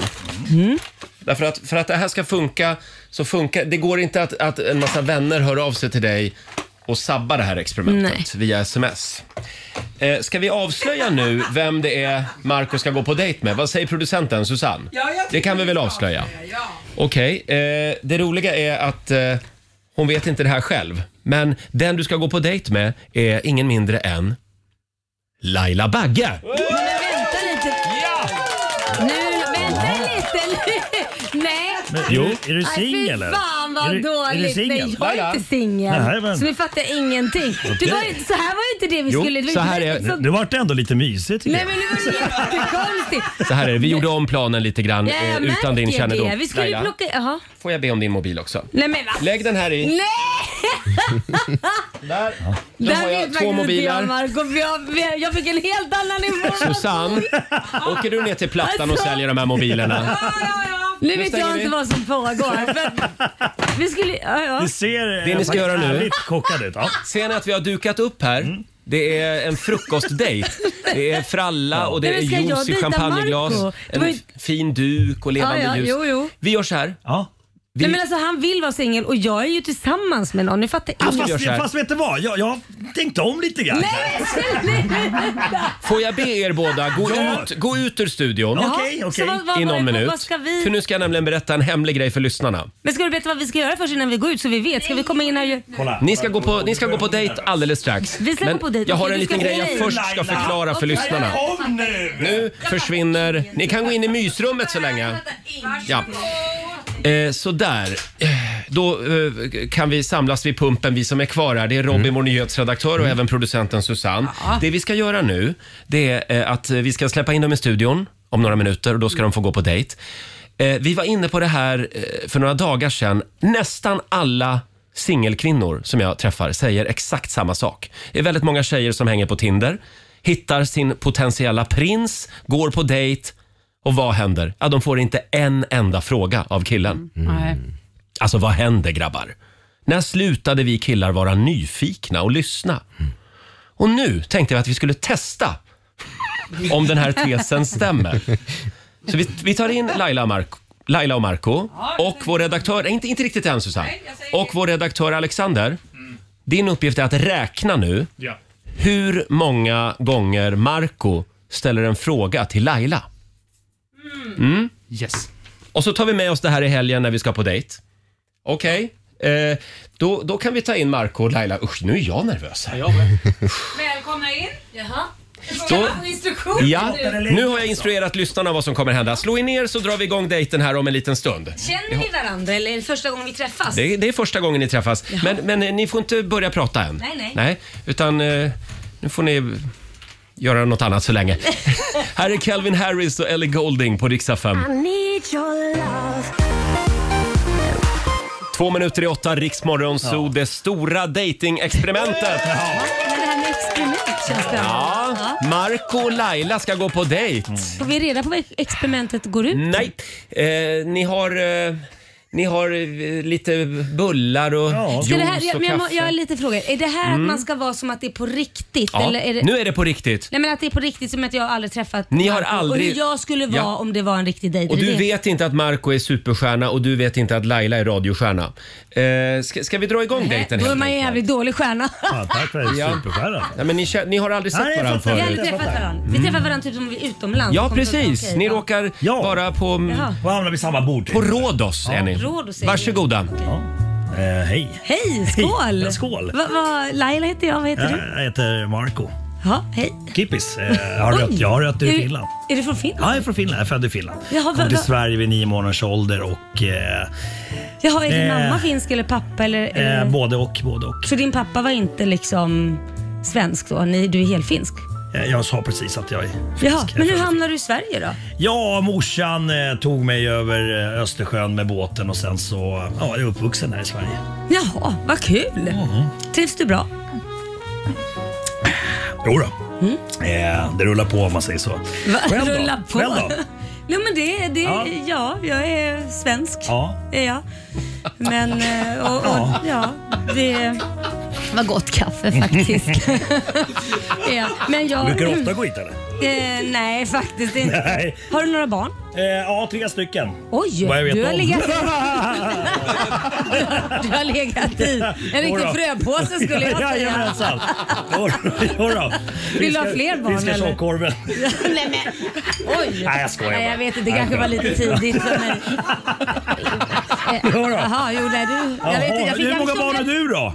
A: Därför att, för att det här ska funka, så funkar det går inte att, att en massa vänner hör av sig till dig och sabbar det här experimentet via sms. Eh, ska vi avslöja nu vem det är Marco ska gå på dejt med? Vad säger producenten Susanne?
C: Ja, jag tycker
A: det kan vi väl avslöja? Okej, eh, det roliga är att eh, hon vet inte det här själv. Men den du ska gå på dejt med är ingen mindre än Laila Bagge!
B: Vänta lite. Nu, vänta lite. Nej.
I: Men,
A: Jo.
I: jo. Är du
B: Nej,
I: singel eller?
B: Fy fan vad
I: Är du- Är du
B: dåligt. Nej,
I: singel?
B: jag är
A: Laila?
B: inte singel.
I: Nej, men-
B: Så vi fattar ingenting. Det var, ju- så här var ju inte det vi
A: Jo,
B: skulle... det var
A: så
B: inte
A: här är-
B: riktigt så-
I: Det vart ändå lite mysigt tycker
B: Nej
I: jag.
B: men nu var det jättekonstigt.
A: Så här är det, vi gjorde om planen lite grann
B: Ja,
A: eh,
B: jag
A: utan din
B: märker
A: kännedom.
B: Det. Vi skulle
A: Laila,
B: plocka... Jaha.
A: får jag be om din mobil också?
B: Nej men va?
A: Lägg den här i.
B: Nej!
A: Där. Då
B: Där
A: har
B: vet
A: jag
B: faktiskt
A: två
B: inte jag
A: mobiler.
B: Marco. för Jag, jag fick en helt annan information.
A: Susanne, åker du ner till Plattan och
B: Alltså.
A: säljer de här mobilerna?
B: Nu vet
A: stänger
B: jag
A: vi.
B: inte vad som pågår. För vi skulle... Ja, ja.
I: Det ser det
A: ni ska göra nu-
I: härligt kockad ut. Ja.
A: Ser ni att vi har dukat upp här? Det är en frukostdejt. Det är fralla och det
B: Nej,
A: är
B: men ska jag
A: juice i
B: dejta
A: champagneglas.
B: Marco? Det
A: En
B: var ju-
A: fin duk och levande
B: Ja, ja,
A: ljus.
B: jo, jo.
A: Vi gör så här.
I: Ja.
B: Nej, men alltså, han vill vara singel och jag är ju tillsammans med någon. Ni fattar
I: Ja,
B: ingenting.
A: gör så
I: Ah, fast,
A: här.
I: fast vet du vad? Jag, jag har tänkt om lite grann.
B: Nej, men sluta!
A: Får jag be er båda gå,
I: Ja.
A: ut, gå ut ur studion
I: Ja.
B: Jaha,
I: Okej,
B: så
I: okej.
B: vad- vad-
A: i
B: vad-
A: någon minut?
B: Vad ska vi...
A: För nu ska jag nämligen berätta en hemlig grej för lyssnarna.
B: Men ska du berätta vad vi ska göra först innan vi går ut så vi vet? Ska vi komma in här och göra...
I: Kolla.
A: Ni ska gå på, ni ska gå på dejt alldeles strax.
B: Vi ska
A: Men
B: gå på dejt.
A: Jag har
B: Okej,
A: en
B: du
A: liten
B: ska
A: grej jag
B: gå
A: först
I: in.
A: ska
I: Laila.
A: förklara för
B: Okej.
A: lyssnarna.
I: Kom nu!
A: Nu försvinner... Ni kan gå in i mysrummet så länge. Ja. Eh, sådär. Eh, Då eh, kan vi samlas vid pumpen, vi som är kvar här. Det är Robin, vår nyhetsredaktör, och även producenten Susanne. Det vi ska göra nu, det är eh, att vi ska släppa in dem i studion om några minuter och då ska de få gå på dejt. Eh, vi var inne på det här eh, för några dagar sedan. Nästan alla singelkvinnor som jag träffar säger exakt samma sak. Det är väldigt många tjejer som hänger på Tinder, hittar sin potentiella prins, går på dejt och vad händer? Ja, de får inte en enda fråga av killen.
C: Nej.
A: Alltså vad händer grabbar? När slutade vi killar vara nyfikna och lyssna? Och nu tänkte vi att vi skulle testa om den här tesen stämmer. Så vi, vi tar in Laila och, Marco, Laila och Marco och vår redaktör, nej, inte, inte riktigt än Susanne, och vår redaktör Alexander. Din uppgift är att räkna nu
I: Ja.
A: hur många gånger Marco ställer en fråga till Laila.
H: Yes.
A: Och så tar vi med oss det här i helgen när vi ska på dejt. Okej. Eh, då, då kan vi ta in Marco och Laila. Usch, nu är jag nervös här.
B: Välkomna in. Jaha.
A: Då,
B: Instruktion.
A: ja, nu har jag instruerat lyssnarna vad som kommer hända. Slå er ner så drar vi igång dejten här om en liten stund.
B: Känner ni varandra eller är det första gången vi träffas?
A: Det, är- det är första gången ni träffas. Men, men eh, ni får inte börja prata än.
B: Nej, nej.
A: utan eh, nu får ni göra något annat så länge. här är Calvin Harris och Ellie Golding på riksdag 5. Två minuter i åtta, Riksmorgon, så det stora datingexperimentet.
B: Men det här med experiment känns det.
A: Ja, Marco och Laila ska gå på dejt.
B: Får vi reda på vad experimentet går ut
A: Nej, eh, ni har... Eh, ni har eh, lite bullar och juice
B: Ska det här, jag,
A: och
B: men jag, må-
A: kaffe. Mm.
B: jag har lite frågor. Är det här att man ska vara som att det är på riktigt?
A: ja.
B: Eller är det,
A: Nu är det på riktigt.
B: Nej men att det är på riktigt som att jag aldrig träffat
A: Ni har
B: Marco
A: aldrig-
B: Och hur jag skulle vara
A: Ja.
B: om det var en riktig dejt.
A: Och
B: Är det
A: du
B: det?
A: vet inte att Marco är superstjärna och du vet inte att Laila är radiostjärna. Eh, ska, ska vi dra igång dejten
B: Då är
A: helt
B: man ju en
A: enkelt?
B: jävligt dålig stjärna.
I: Fan, tack för det. Superstjärna.
A: Nej, men ni, kä- ni har aldrig sett
I: Nej, jag
A: varandra
I: fattar.
B: Vi har
A: förut?
B: aldrig träffat varandra.
I: Mm.
B: Vi träffar varandra typ som vi är utomlands.
A: Ja,
B: Kom på-
A: precis.
B: okej,
A: Ni
B: ja.
A: råkar
I: Ja.
A: vara på, mm,
B: Jaha.
I: Då hamnar vi samma bord.
A: på Rhodos. Är ni.
B: Rhodos är vi.
A: Varsågoda.
I: Ja. Eh, hej.
B: Hej, skål!
I: Ja, skål.
B: Va, va, Laila heter jag, vad heter du?
I: Jag heter Marco.
B: Ja, hej.
I: Kippis. Eh, jag har rött, jag har rött
B: Är
I: ur
B: du-
I: Finland.
B: Är du från Finland?
I: Ja, jag är från Finland. Jag är född i Finland.
B: Jaha, va-
I: Kom till
B: va-
I: Sverige vid nio månaders ålder och eh,
B: Jaha, är din
I: Eh.
B: mamma finsk eller pappa? Eller, eller?
I: eh, både och, både och.
B: Så din pappa var inte liksom svensk då? Ni, du är helt finsk?
I: Eh, Jag sa precis att jag är finsk.
B: Jaha,
I: Jag är
B: men hur
I: född i
B: hamnade du i Sverige då?
I: Ja, morsan eh, tog mig över eh, Östersjön med båten och sen så, ja, jag är uppvuxen här i Sverige.
B: Jaha, vad kul! Trivs du bra?
I: Jo då. Eh, det rullar på om man säger så.
B: Mm. Va?
I: Själv då?
B: Rulla på.
I: Själv då?
B: Jo, men det, det
I: Ja.
B: ja. jag är svensk.
I: Ja.
B: Det är jag. Eh, Men, eh, och, och, ja, det var gott kaffe faktiskt. ja, men jag...
I: Brukar du ofta gå hit eller?
B: Eh, nej, faktiskt inte.
I: Nej.
B: Har du några barn?
I: Eh, ja, tre stycken.
B: Oj,
I: Vad jag vet
B: du har,
I: om.
B: legat, du har legat i en
I: Jodå.
B: riktig fröpåse skulle jag säga.
I: Jajamensan. Jodå, jodå.
B: Vill du ha
I: Fiskar-
B: fler barn,
I: Fiskar
B: eller?
I: tjockorven.
B: nej, men, oj.
I: Nej, jag skojar bara.
B: Nej, jag vet inte.
I: Nej,
B: Det kanske
I: jag
B: var lite tidigt för mig.
I: Jodå.
B: Jaha, jo, nej, du. Jag vet inte.
I: Jaha,
B: Jag fick,
I: Hur många
B: jag,
I: barn har
B: fick,
I: du då?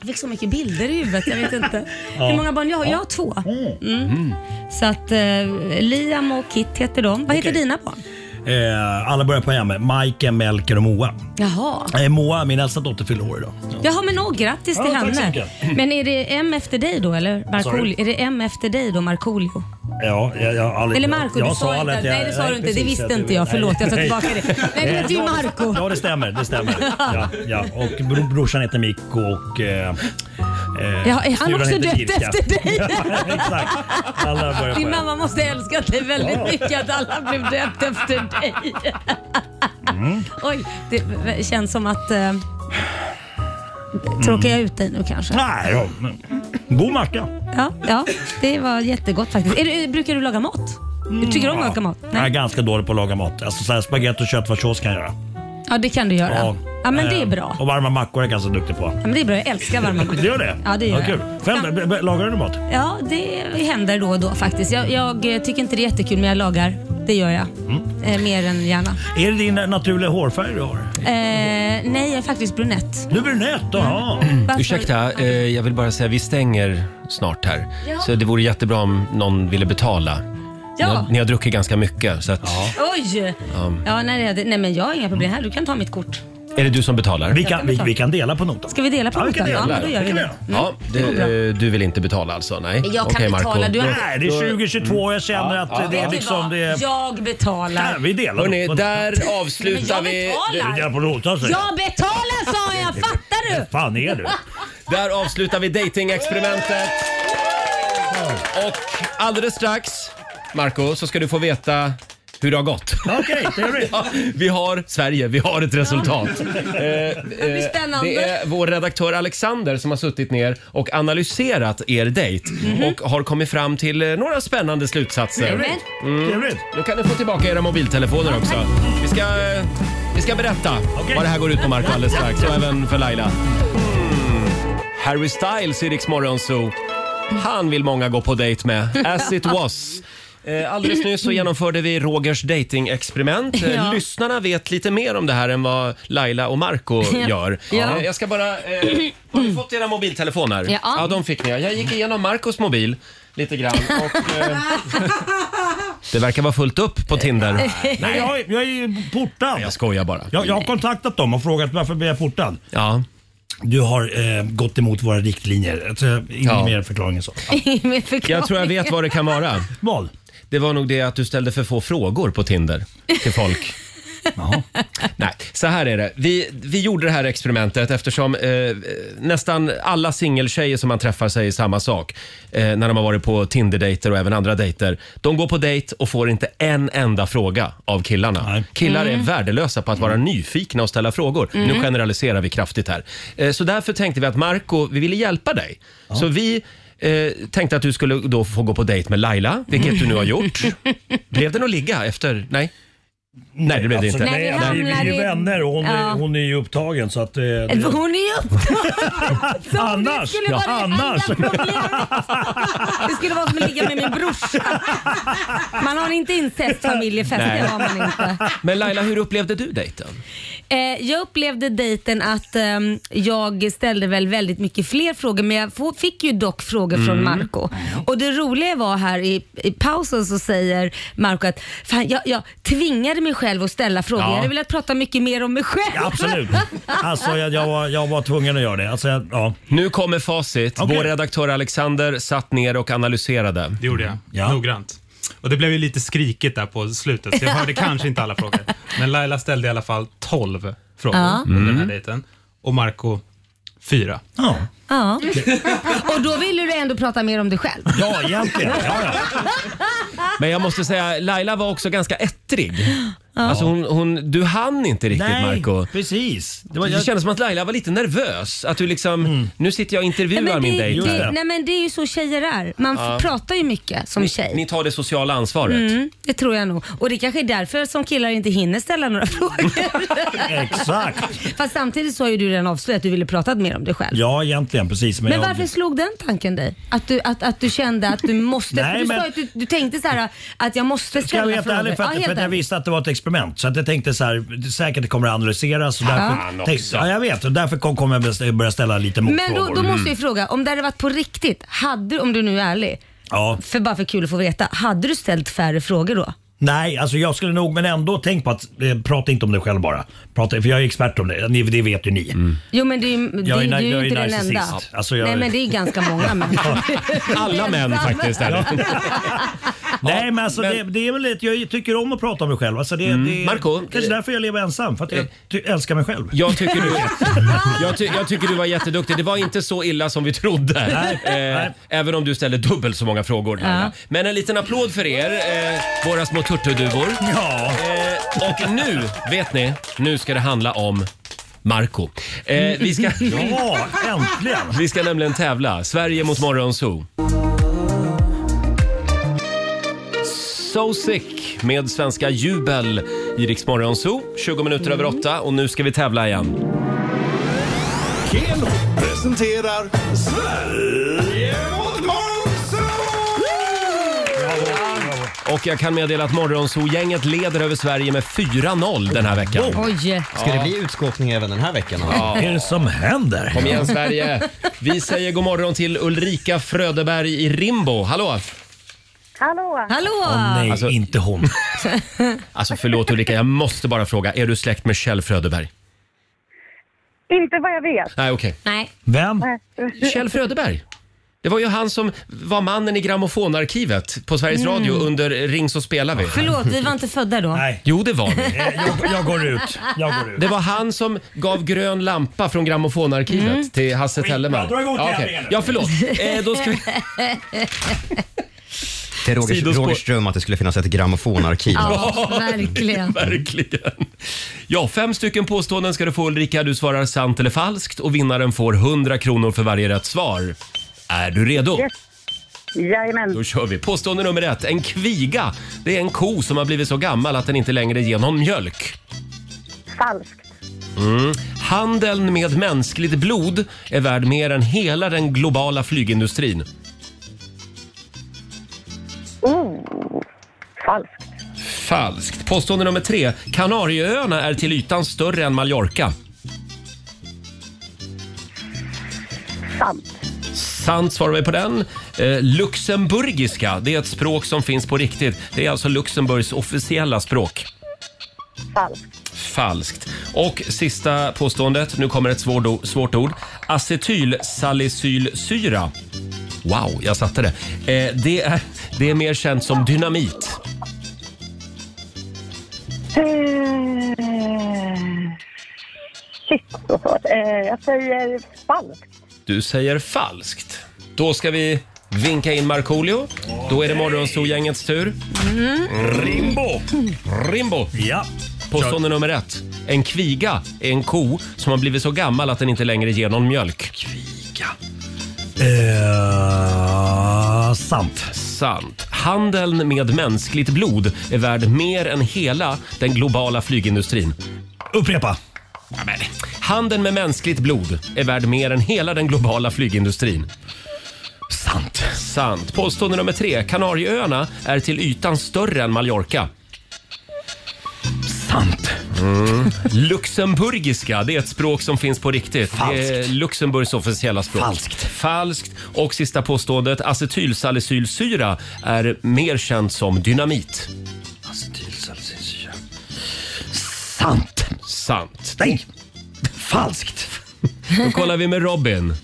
B: jag fick så mycket bilder i huvudet. Jag vet inte.
I: Ja.
B: Hur många barn jag har? Jag har två. Mm. Så att eh, Liam och Kit heter de. Vad heter
I: Okej.
B: dina barn?
I: Eh, alla börjar på M. Majken, Melker och Moa.
B: Jaha.
I: Eh, Moa, min äldsta dotter, fyller år idag.
B: Jaha, men åh, grattis till
I: Ja, tack så
B: henne.
I: mycket. Mm.
B: Men är det M efter dig då, eller?
I: Sorry?
B: Markoolio? Är det M efter dig då, Markoolio?
I: Ja, jag, jag, aldrig,
B: Eller Marco,
I: jag
B: du sa
I: aldrig
B: inte.
I: att jag-
B: nej, det sa du inte. Det
I: precis,
B: visste
I: att-
B: inte jag. Förlåt, jag tar
I: nej.
B: tillbaka det. Nej, det
I: Eh,
B: heter ju
I: ja,
B: Marco.
I: Ja, det stämmer. Det stämmer. Ja, ja. Och bro- brorsan heter Mikko och... Eh, eh,
B: Ja, är han
I: syrran
B: också
I: heter
B: döpt
I: Jirka.
B: efter dig?
I: Ja, Exakt. Alla börjar på
B: Din
I: M.
B: mamma måste ha älskat dig väldigt mycket att alla blev döpt efter dig. Oj, det känns som att... Eh, tråkar jag ut dig nu kanske?
I: Nej, ja, men- God macka.
B: Ja, ja det var jättegott faktiskt. Är du, brukar du laga mat? Du tycker om att laga mat?
I: Jag är ganska dålig på att laga mat. Alltså så här spagetti och köttfärssås kan jag göra.
B: Ja, det kan du göra. Ja, men det är
I: Eh,
B: bra.
I: Och varma mackor är jag ganska duktig på.
B: Ja, men det är bra. Jag älskar varma mackor.
I: Du gör det?
B: Ja, det gör
I: kul.
B: jag.
I: Själv, b- b- lagar du mat?
B: Ja, det händer då och då faktiskt. Jag, jag eh, tycker inte det är jättekul, men jag lagar. Det gör jag. Eh, mer än gärna.
I: Är det din naturliga hårfärg du har?
B: Eh, nej, jag är faktiskt brunett.
I: Du är brunett, jaha.
B: Varför-
A: Ursäkta, eh, jag vill bara säga vi stänger snart här.
B: Ja.
A: Så det vore jättebra om någon ville betala. Ni,
B: Ja.
A: har, ni har druckit ganska mycket. Så att,
B: Oj!
A: Um.
B: Ja, nej, det- nej, men jag har inga problem här. Du kan ta mitt kort.
A: Är det du som betalar?
I: Vi kan, vi, vi kan dela på notan.
B: Ska vi dela på
I: Ja, vi
B: notan?
I: kan dela.
B: Ja, men då gör
I: Det
B: vi
I: kan vi
B: det. Mm.
I: göra.
A: Ja, du, eh, du vill inte betala alltså? Nej.
B: Jag kan
A: Okej,
B: betala.
A: Marco.
B: Du har-
I: Nej, det är 2022 och jag känner att det är
B: Vet du
I: liksom...
B: vad?
I: Det är,
B: Jag
I: nej,
B: betalar.
I: vi delar
A: Hörrni,
I: på-
A: där
B: Men
A: avslutar
B: jag
A: vi...
I: Vi delar
B: betalar!
I: på notan säger jag.
B: Jag betalar sa jag! Fattar
A: Eh,
B: du?
I: fan är du?
A: Där avslutar vi datingexperimentet. Och alldeles strax, Marco, så ska du få veta hur det har gått.
I: Okej, trevligt.
A: Ja, Vi har Sverige, vi har ett resultat. Eh,
B: blir
A: eh,
B: spännande.
A: Det är vår redaktör Alexander som har suttit ner och analyserat er dejt och har kommit fram till eh, några spännande slutsatser.
B: Men,
A: Mm.
I: Trevligt.
A: Nu kan ni få tillbaka era mobiltelefoner också. Vi ska, eh, vi ska berätta
I: Okej.
A: vad det här går ut på Marco alldeles strax och även för Laila. Mm. Harry Styles i Rix Morgonzoo. Han vill många gå på dejt med. As it was. Eh, Alldeles nyss så genomförde vi Rogers dating-experiment. Eh,
B: Ja.
A: Lyssnarna vet lite mer om det här än vad Laila och Marco gör.
B: Ja.
A: Eh, Jag ska bara... Eh, har ni fått era mobiltelefoner?
B: Ja.
A: ja, de fick ni. Jag gick igenom Marcos mobil lite grann och... Eh, det verkar vara fullt upp på Tinder.
I: Nej, jag, är- jag är portad.
A: Jag skojar bara.
I: Jag, jag har kontaktat dem och frågat varför blir jag portad?
A: Ja.
I: Du har eh, gått emot våra riktlinjer. Alltså, ingen
A: Ja.
I: mer förklaring än så.
B: med förklaring.
A: Jag tror jag vet vad det kan vara.
I: Vad?
A: Det var nog det att du ställde för få frågor på Tinder till folk. Nej, så här är det. Vi, vi gjorde det här experimentet eftersom eh, nästan alla singeltjejer som man träffar säger samma sak eh, när de har varit på Tinder-dejter och även andra dejter. De går på dejt och får inte en enda fråga av killarna.
I: Nej.
A: Killar är värdelösa på att vara nyfikna och ställa frågor. Nu generaliserar vi kraftigt här. Eh, Så därför tänkte vi att Marco, vi ville hjälpa dig. Så vi eh, tänkte att du skulle då få gå på dejt med Laila, vilket du nu har gjort. Blev det nog ligga efter? Nej? Nej, det blev det inte.
B: Nej, vi
I: alltså, vi, vi är ju
B: hamnar i-
I: vänner och hon, är-
B: Ja.
I: hon är ju upptagen så att... Eh, det,
B: Hon är ju upptagen.
I: annars!
B: skulle vara det
I: annars!
B: enda problemet. Det skulle vara som att ligga med min brorsa. Man har inte incestfamiljefest,
A: Nej.
B: det har man inte.
A: Men Laila, hur upplevde du dejten?
B: Eh, jag upplevde dejten att ehm, jag ställde väl väldigt mycket fler frågor men jag få- fick ju dock frågor från
A: Mm.
B: Marco. Och det roliga var här i, i pausen så säger Marco att Fan, jag, jag tvingade mig själv att ställa frågor.
A: Ja.
B: Jag hade velat prata mycket mer om mig själv.
I: Ja, absolut. Alltså, jag, jag, var, jag var tvungen att göra det. Alltså, jag, ja.
A: Nu kommer facit.
I: Okej.
A: Vår redaktör Alexander satt ner och analyserade.
K: Det gjorde jag,
I: Ja.
K: noggrant. Och det blev ju lite skrikigt där på slutet, så jag hörde kanske inte alla frågor. Men Laila ställde i alla fall 12 frågor under den här dejten. Och Marco Fyra.
B: Ja. Och då vill du ändå prata mer om dig själv.
I: Ja, egentligen.
A: Men jag måste säga, Laila var också ganska ettrig.
B: Ja.
A: Alltså hon, hon, du hann inte riktigt
I: Nej,
A: Marco
I: precis. Det, Mm.
A: det kändes som att Laila var lite nervös. Att du liksom, nu sitter jag och intervjuar
B: men
A: min
B: det,
A: dejt.
B: det, nej men det är ju så tjejer är. Man f-
A: Ja.
B: pratar ju mycket som
A: ni,
B: tjej.
A: ni tar det sociala ansvaret.
B: Mm, det tror jag nog. Och det kanske är därför som killar inte hinner ställa några frågor.
I: Exakt.
B: Fast samtidigt så har ju du redan avslöjat att du ville prata mer om dig själv.
I: Ja, egentligen precis. Men,
B: Men
I: jag-
B: varför slog den tanken dig? Att du, att, att du kände att du måste...
I: Nej,
B: för du,
I: men-
B: sa att du, du tänkte så här att jag måste
I: Ska jag
B: ställa
I: vara helt
B: frågor.
I: ärlig för att,
B: ja,
I: för
B: helt
I: att jag
B: ärlig.
I: visste att det var ett experiment. Så att jag tänkte så här, det säkert kommer att analyseras. Och därför,
B: Fan också.
I: tänkte, ja, jag vet. Och därför kom- kommer jag börja- börja ställa lite
B: Men
I: motfrågor.
B: då, då måste jag ju fråga, om det hade varit på riktigt, hade, om du nu är ärlig,
I: Ja.
B: för bara för kul att få veta, hade du ställt färre frågor då?
I: Nej, alltså jag skulle nog, men ändå tänk på att eh, prata inte om dig själv bara. Prata, för jag är expert om det, Ni- det vet ju ni.
A: Mm.
B: Jo men det är ju, det,
I: Jag
B: är,
I: är
B: du
I: na-
B: är
I: jag
B: ju
I: är
B: inte den
I: narcissist.
B: enda.
I: Alltså, jag-
B: Nej men det är ganska många män.
A: Alla män faktiskt är det.
I: Nej men alltså Det, det är väl lite, jag tycker om att prata om mig själv. Alltså det,
A: Mm.
I: det,
A: Marco, Eh,
I: kanske därför jag lever ensam, för att jag ty- älskar mig själv.
A: Jag tycker, du, jag, ty, jag tycker du var jätteduktig. Det var inte så illa som vi trodde.
I: Nej,
A: Eh, Även om du ställde dubbelt så många frågor. Laila. Men en liten applåd för er, eh, våra små turturduvor.
I: Ja.
A: Eh, och nu, vet ni, nu ska det handla om Marco. Eh, vi, ska,
I: Ja, äntligen!
A: vi ska nämligen tävla. Sverige mot Morgonzoo. So sick med svenska jubel i Rix Morgonzoo. 20 minuter över åtta och nu ska vi tävla igen.
E: Keno presenterar Sverige mot
A: Och jag kan meddela att Morgonzoo-gänget leder över Sverige med 4-0 den här veckan.
B: Oj!
G: Ska det bli utskåpning även den här veckan?
A: Ja.
I: Vad är det som händer?
A: Kom igen Sverige! Vi säger god morgon till Ulrika Fröderberg i Rimbo. Hallå!
F: Hallå!
B: Hallå!
I: Nej, inte hon.
A: Alltså förlåt Ulrika, jag måste bara fråga. Är du släkt med Kjell Fröderberg?
F: Inte vad jag vet.
A: Nej, okej.
B: Nej.
I: Vem?
A: Kjell Fröderberg. Det var ju han som var mannen i grammofonarkivet på Sveriges
B: Mm.
A: Radio under Ring så spelar vi.
B: Förlåt, vi var inte födda då.
I: Nej. Eh,
A: Jo, det var vi.
I: Jag, jag går ut. Jag går ut.
A: Det var han som gav grön lampa från grammofonarkivet till Hasse Tellerman.
I: Mm. dra igång
A: ja,
I: tävlingen
A: okej.
I: nu.
A: ja, förlåt. Eh, då ska vi...
G: Det är Rogers,
A: Sidospår.
G: Rogers dröm att det skulle finnas ett grammofonarkiv.
B: Ja, verkligen.
A: Verkligen. Ja, fem stycken påståenden ska du få Ulrika. Du svarar sant eller falskt och vinnaren får 100 kronor för varje rätt svar. Är du redo?
F: Jajamän.
A: Då kör vi. Påstående nummer ett. En kviga, det är en ko som har blivit så gammal att den inte längre ger någon mjölk.
F: Falskt.
A: Mm. Handeln med mänskligt blod är värd mer än hela den globala flygindustrin.
F: Oh. Falskt.
A: Falskt. Påstående nummer tre. Kanarieöarna är till ytan större än Mallorca.
F: Sant.
A: Sant svarar vi på den. Eh, luxemburgiska, det är ett språk som finns på riktigt. Det är alltså Luxemburgs officiella språk.
F: Falskt.
A: Falskt. Och sista påståendet, nu kommer ett svårt, o- svårt ord. Acetylsalicylsyra. Wow, jag satte det. Eh, det, är, det är mer känt som dynamit.
F: Eh, Shit, vad svårt. Eh, Jag säger falskt.
A: Du säger falskt. Då ska vi vinka in Markoolio. Då är det Morgonzoo-gängets tur.
I: Rimbo.
A: Rimbo!
I: Ja.
A: Påstående nummer ett. En kviga är en ko som har blivit så gammal att den inte längre ger någon mjölk.
I: Eh, sant.
A: Sant. Handeln med mänskligt blod är värd mer än hela den globala flygindustrin.
I: Upprepa.
A: Handeln med mänskligt blod är värd mer än hela den globala flygindustrin.
I: Sant.
A: Sant. Påstående nummer tre. Kanarieöarna är till ytan större än Mallorca.
I: Sant.
A: Luxemburgiska, det är ett språk som finns på riktigt. Det är
I: Falskt.
A: Luxemburgs officiella språk.
I: Falskt.
A: Falskt. Och sista påståendet, acetylsalicylsyra är mer känt som dynamit.
I: Acetylsalicylsyra. Sant.
A: Sant.
I: Nej. Falskt.
A: Då kollar vi med Robin.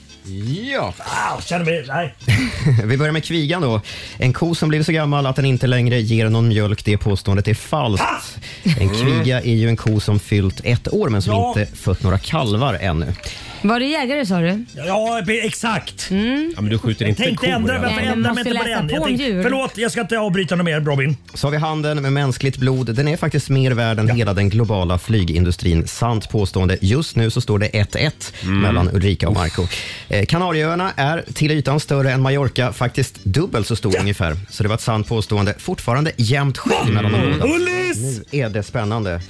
G: Ja.
I: Ah, känner mig... Nej.
G: Vi börjar med kvigan då. En ko som blivit så gammal att den inte längre ger någon mjölk, det påståendet är falskt. En kviga är ju en ko som fyllt ett år men som
I: Ja.
G: inte fött några kalvar ännu.
B: Var du jägare sa du?
I: Ja, exakt.
A: Ja, men du skjuter inte
I: Tänkte ändra, varför
B: Nej, men
I: ändrar man
B: måste
I: inte på
B: läsa
I: den?
B: på om
I: Jag tänkte,
B: djur.
I: förlåt, jag ska inte avbryta något mer Robin.
G: Så har vi handeln med mänskligt blod. Den är faktiskt mer värd än hela den globala flygindustrin. Sant påstående. Just nu så står det 1-1 mellan Ulrika och Marco. Eh, Kanarieöarna är till ytan större än Mallorca, faktiskt dubbelt så stor ungefär. Så det var ett sant påstående. Fortfarande jämnt skinn mellan de båda. Nu är det spännande.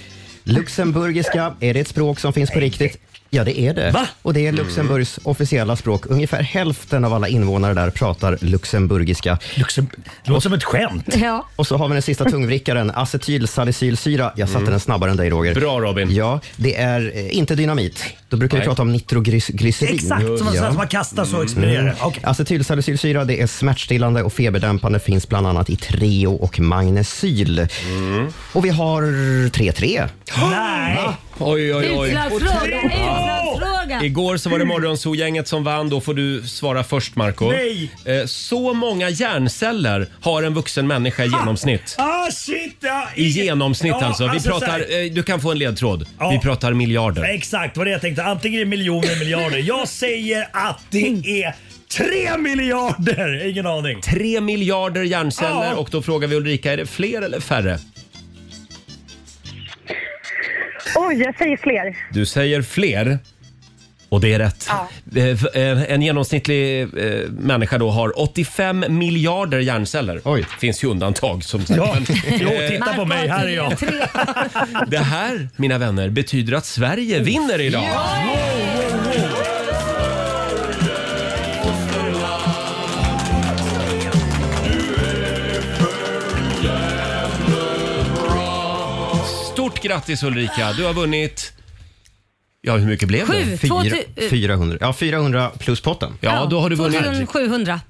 G: Luxemburgiska, är det ett språk som finns på riktigt? Ja, det är det. Och det är Luxemburgs officiella språk. Ungefär hälften av alla invånare där pratar luxemburgiska.
I: Luxem... Det låter som ett skämt.
B: Ja.
G: Och så har vi den sista tungvrickaren, acetylsalicylsyra. Jag satte den snabbare än dig Roger.
A: Mm. Bra Robin.
G: Ja, det är eh, inte dynamit. Då brukar vi
A: Nej.
G: prata om nitroglycerin.
I: Exakt som man,
G: Mm. Ja.
I: som man kastar så exploderar det. Okej.
G: Acetylsalicylsyra det är smärtstillande och feberdämpande. Finns bland annat i Treo och Magnesyl.
A: Mm.
G: Och vi har 3-3.
I: Nej.
A: Oj, oj, oj.
B: Utslagsfråga, utslagsfråga.
A: Igår så var det Morgonzoo-gänget som vann. Då får du svara först, Marco.
I: Nej.
A: Eh, Så många hjärnceller har en vuxen människa i genomsnitt.
I: Ah shit! Ja,
A: I genomsnitt
I: Ja,
A: alltså. Vi
I: så
A: pratar,
I: här-
A: eh, du kan få en ledtråd.
I: Ja.
A: Vi pratar miljarder.
I: Exakt vad det jag tänkte. Antingen är det miljoner miljarder. Jag säger att det är tre miljarder. Ingen aning.
A: Tre miljarder hjärnceller
I: Ja.
A: och då frågar vi Ulrika, är det fler eller färre?
F: Oj, jag säger fler.
A: Du säger fler. Och det är rätt. Eh, v- eh, En genomsnittlig eh, människa då har 85 miljarder hjärnceller.
G: Oj.
A: Finns ju undantag som sagt.
I: Ja,
A: Men,
I: jo,
A: eh,
I: titta på mig. Här är jag.
B: Tre.
A: Det här, mina vänner, betyder att Sverige vinner idag. Stort grattis Ulrika, du har vunnit... Ja, hur mycket blev det?
B: Sju. Två
G: Fyra-
B: tu- eh.
G: 400. Ja, 400 plus potten.
A: Ja, då har du vunnit...
B: 2700.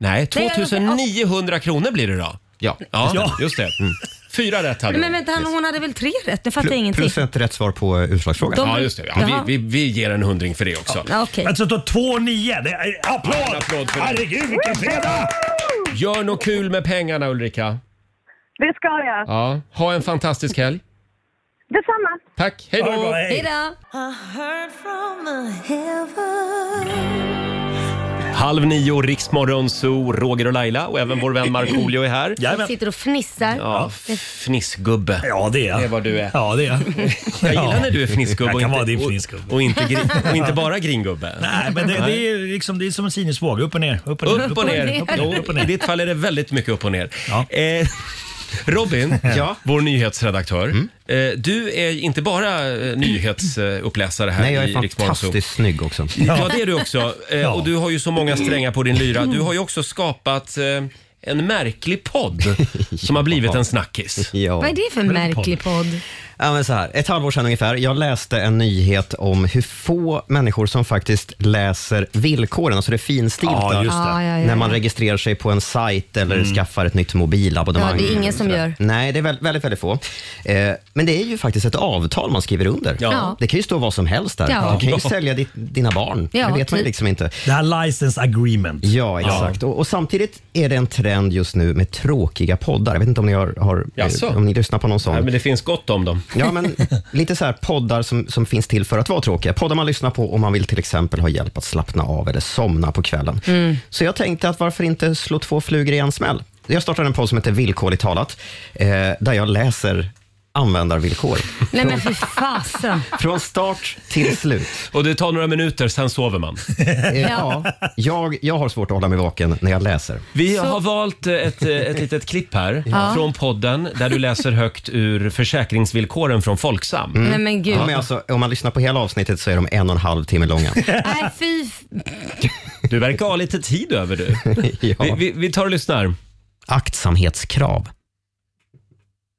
A: Nej,
B: Nej,
A: 2900 kronor blir det då.
G: Ja.
A: Ja,
I: Ja.
A: just det. Mm. Fyra rätt hade
B: Nej,
A: du.
B: men vänta, han- hon hade väl tre rätt? Nu fattar jag ingenting.
G: Plus ett rätt svar på eh, utslagsfrågan.
B: De-
A: Ja, just det. Ja,
B: Jaha.
A: vi, vi, vi ger en hundring för det också.
B: Ja, okej.
I: Alltså då 2 9. Det är, applåd!
A: en applåd för det.
I: Herregud vilken fredag!
A: Gör något kul med pengarna Ulrika.
F: Det ska jag.
A: Ja, ha en fantastisk helg.
F: Detsamma.
A: Tack, hej
I: Ha det bra,
A: då!
B: Hej
I: hej.
B: då.
A: Halv nio, Riksmorgon, Zoo, Roger och Laila och även vår vän Markoolio är här.
I: Jajamän.
B: Sitter och fnissar.
A: Ja, fnissgubbe.
I: Ja det är
A: Det är
I: jag.
A: vad du är.
I: Ja det är jag.
A: Jag gillar när du är fnissgubbe
I: Jag
A: och
I: kan
A: inte,
I: vara din
A: och-
I: fnissgubbe.
A: Och, inte, gri- och inte bara gringubbe.
I: Nej men det, det, är liksom, det är som en sinusvåg. Upp och ner. Upp och ner.
A: Upp och ner.
I: Upp och ner. Upp och
A: Jo, I
I: ner.
A: ditt fall är det väldigt mycket upp och ner.
I: Ja.
A: Eh, Robin,
G: Ja.
A: vår nyhetsredaktör.
I: Mm.
A: Eh, du är inte bara eh, nyhetsuppläsare här
G: Nej, jag
A: i
G: är
A: Riksmorgon Zoo.
G: fantastiskt snygg också.
A: Ja, det är du också. Eh,
I: Ja.
A: Och du har ju så många strängar på din lyra. Du har ju också skapat eh, en märklig podd som har blivit en snackis.
G: Ja.
B: Vad är det för märklig podd?
G: Ja, men så här, ett halvår sedan ungefär, jag läste en nyhet om hur få människor som faktiskt läser villkoren, alltså det finstilta,
I: Ja, just
B: Ja, ja, ja.
G: när man registrerar sig på en sajt eller skaffar ett nytt mobilabonnemang.
B: Ja, det är ingen som
G: Sådär.
B: gör.
G: Nej, det är väl- väldigt, väldigt få. Eh, men det är ju faktiskt ett avtal man skriver under.
B: Ja.
G: Det kan ju stå vad som helst där.
B: Ja.
G: Du kan ju sälja ditt, dina barn,
B: Ja,
G: det vet man ju
B: typ.
G: liksom inte.
I: Det här license agreement.
G: Ja, exakt. Och, och samtidigt är det en trend just nu med tråkiga poddar. Jag vet inte om ni, har, har, eh,
A: Jaså?
G: om ni lyssnar på någon sån.
A: Nej, men det finns gott om dem.
G: Ja, men lite så här poddar som, som finns till för att vara tråkiga. Poddar man lyssnar på om man vill till exempel ha hjälp att slappna av eller somna på kvällen. Så jag tänkte att varför inte slå två flugor i en smäll? Jag startade en podd som heter Villkorligt talat, eh, där jag läser användarvillkor.
B: Nej men fy fasen.
G: Från start till slut.
A: Och det tar några minuter, sen sover man.
G: Eh, ja, jag, jag har svårt att hålla mig vaken när jag läser.
A: Vi har valt eh, ett, eh, ett litet klipp här från podden där du läser högt ur försäkringsvillkoren från Folksam.
B: Nej men gud.
G: De är alltså, om man lyssnar på hela avsnittet så är de en och en halv timme långa.
B: Nej fy. f-
A: Du verkar ha lite tid över du. Vi,
G: Ja.
A: vi, vi tar och lyssnar.
G: aktsamhetskrav.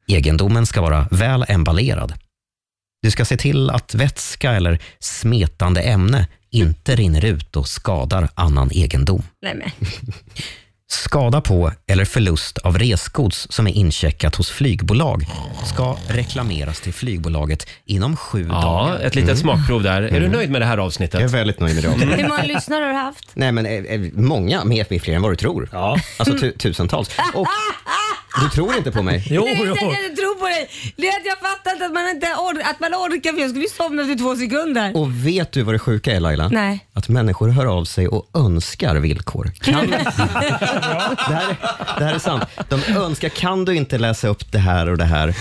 G: Egendomen ska vara väl emballerad. Du ska se till att vätska eller smetande ämne inte rinner ut och skadar annan egendom.
B: Nej men.
G: Skada på eller förlust av resgods som är incheckat hos flygbolag ska reklameras till flygbolaget inom sju
A: Ja,
G: dagar.
A: ett litet smakprov där. Är du nöjd med det här avsnittet?
G: väldigt nöjd med det.
B: Hur många lyssnare har du haft?
G: Nej, men eh, eh, många, mer, mer fler än vad du tror.
I: Ja.
G: Alltså tu, tusentals. Och, du tror inte på mig?
I: Jo,
B: Nej,
I: jo.
B: jag tror på det. mig. Det är att jag fattar inte att man inte or- att man orkar för jag skulle ju somna efter två sekunder.
G: Och vet du vad det sjuka är Laila?
B: Nej.
G: Att människor hör av sig och önskar villkor. Kan, det här är sant. De önskar, kan du inte läsa upp det här och det här? Eh,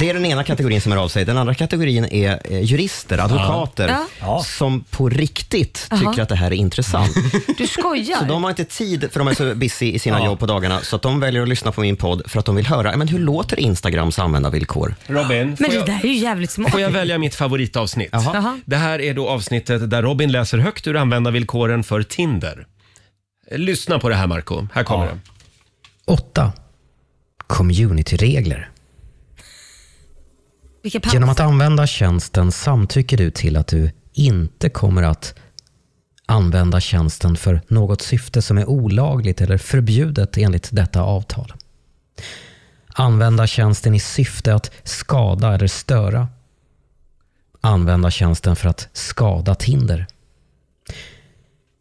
G: det är den ena kategorin som hör av sig. Den andra kategorin är eh, jurister, advokater,
B: Ja. Ja.
G: som på riktigt
B: Jaha.
G: tycker att det här är intressant.
B: Du skojar.
G: Så de har inte tid, för de är så busy i sina jobb på dagarna, så att de väljer att lyssna på min podd för att de vill höra, "Ja, men hur låter Instagrams användarvillkor?
A: Robin,
B: Men det där är ju jävligt smart.
A: Får jag välja mitt favoritavsnitt?
B: Jaha.
A: Det här är då avsnittet där Robin läser högt ur användarvillkoren för Tinder. Lyssna på det här Marco. här kommer det.
L: 8. Communityregler.
B: Vilka paus.
L: Genom att använda tjänsten samtycker du till att du inte kommer att använda tjänsten för något syfte som är olagligt eller förbjudet enligt detta avtal. Använda tjänsten i syfte att skada eller störa. Använda tjänsten för att skada Tinder.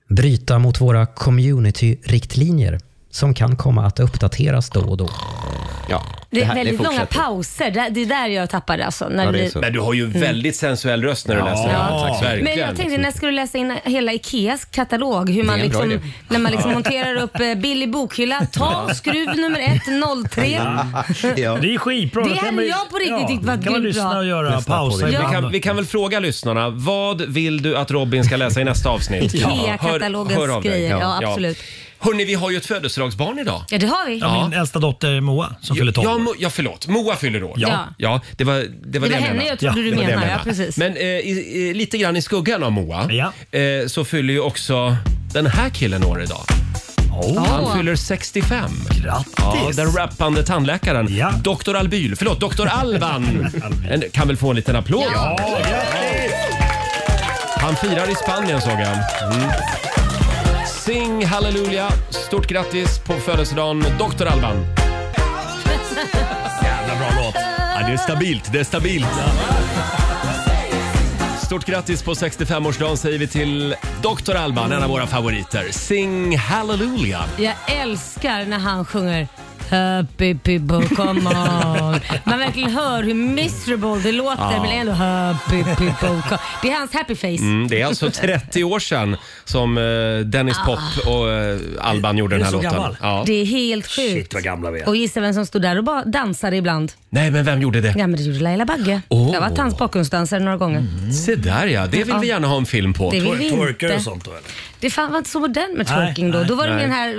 L: Bryta mot våra community-riktlinjer som kan komma att uppdateras då och då.
G: Ja,
B: Det är väldigt långa pauser. Det- Det är där jag tappar alltså. När det blir...
A: Men du har ju
B: Mm.
A: väldigt sensuell röst när du läser det här. Tack så mycket.
B: Men jag tänkte när ska du läsa in hela Ikeas katalog? Hur man
A: Det är en bra idé.
B: liksom, när man liksom
A: Ja.
B: monterar upp eh, billig bokhylla. Ta skruv nummer 103.
I: Det är skitbra.
B: Det
I: Då kan
B: hade
I: man-
B: jag på riktigt tyckt var
I: kan man
B: grymt
I: lyssna
B: bra.
I: och göra
A: Lyssna på
I: pauser
A: det. Vi
I: ibland.
A: kan, vi kan väl fråga lyssnarna, vad vill du att Robin ska läsa i nästa avsnitt?
B: Ja.
A: Hör-
B: Ikea-katalogens
A: hör av dig.
B: grejer, ja, absolut.
A: Hörni, vi har ju ett födelsedagsbarn idag.
B: Ja, det har vi.
I: Ja, min äldsta dotter Moa som fyller 12
A: Ja, Mo- ja, förlåt. Moa fyller år.
I: Ja.
A: ja det var det, var
I: var
A: det
I: henne
A: menade.
I: jag trodde du
A: det var det jag
I: menade,
A: menade.
I: ja, precis.
A: Men eh, i, i, lite grann i skuggan av Moa eh, så fyller ju också den här killen år idag. Han fyller 65.
I: Grattis!
A: Ja, den rappande tandläkaren. Dr. Albyl. Förlåt, Dr. Alban. en, kan väl få en liten applåd?
I: Ja,
A: Han firar i Spanien såg jag. Mm. Sing Hallelujah. Stort grattis på födelsedagen, Dr. Alban.
I: Jävla bra låt.
A: Ja, det är stabilt, det är stabilt. Stort grattis på 65-årsdagen säger vi till Dr. Alban, en av våra favoriter. Sing Hallelujah.
B: Jag älskar när han sjunger Happy people come on. Man verkligen hör hur miserable det låter
A: Ja.
B: men ändå happy people come Det är hans happy face.
A: Mm, det är alltså 30 år sedan som eh, Dennis
B: Ah.
A: Pop och eh, Alban gjorde
I: Är
A: den
I: du
A: här
I: så
A: låten.
I: gammal?
A: Ja.
B: Det är helt sjukt.
I: vad gamla vi är.
B: Och gissa vem som stod där och bara dansade ibland?
A: Nej, men vem gjorde det?
B: Ja men det gjorde Laila Bagge.
A: Åh. Mm.
B: Jag har varit hans bakgrundsdansare några gånger.
A: Se där ja, det vill
B: Ja.
A: vi gärna ha en film på.
B: Det vill vi Twer- twerkar inte. och sånt
A: då eller?
B: Det fan var inte så modernt med
A: Nej,
B: twerking då.
A: nej.
B: Då var det
A: Nej.
B: den här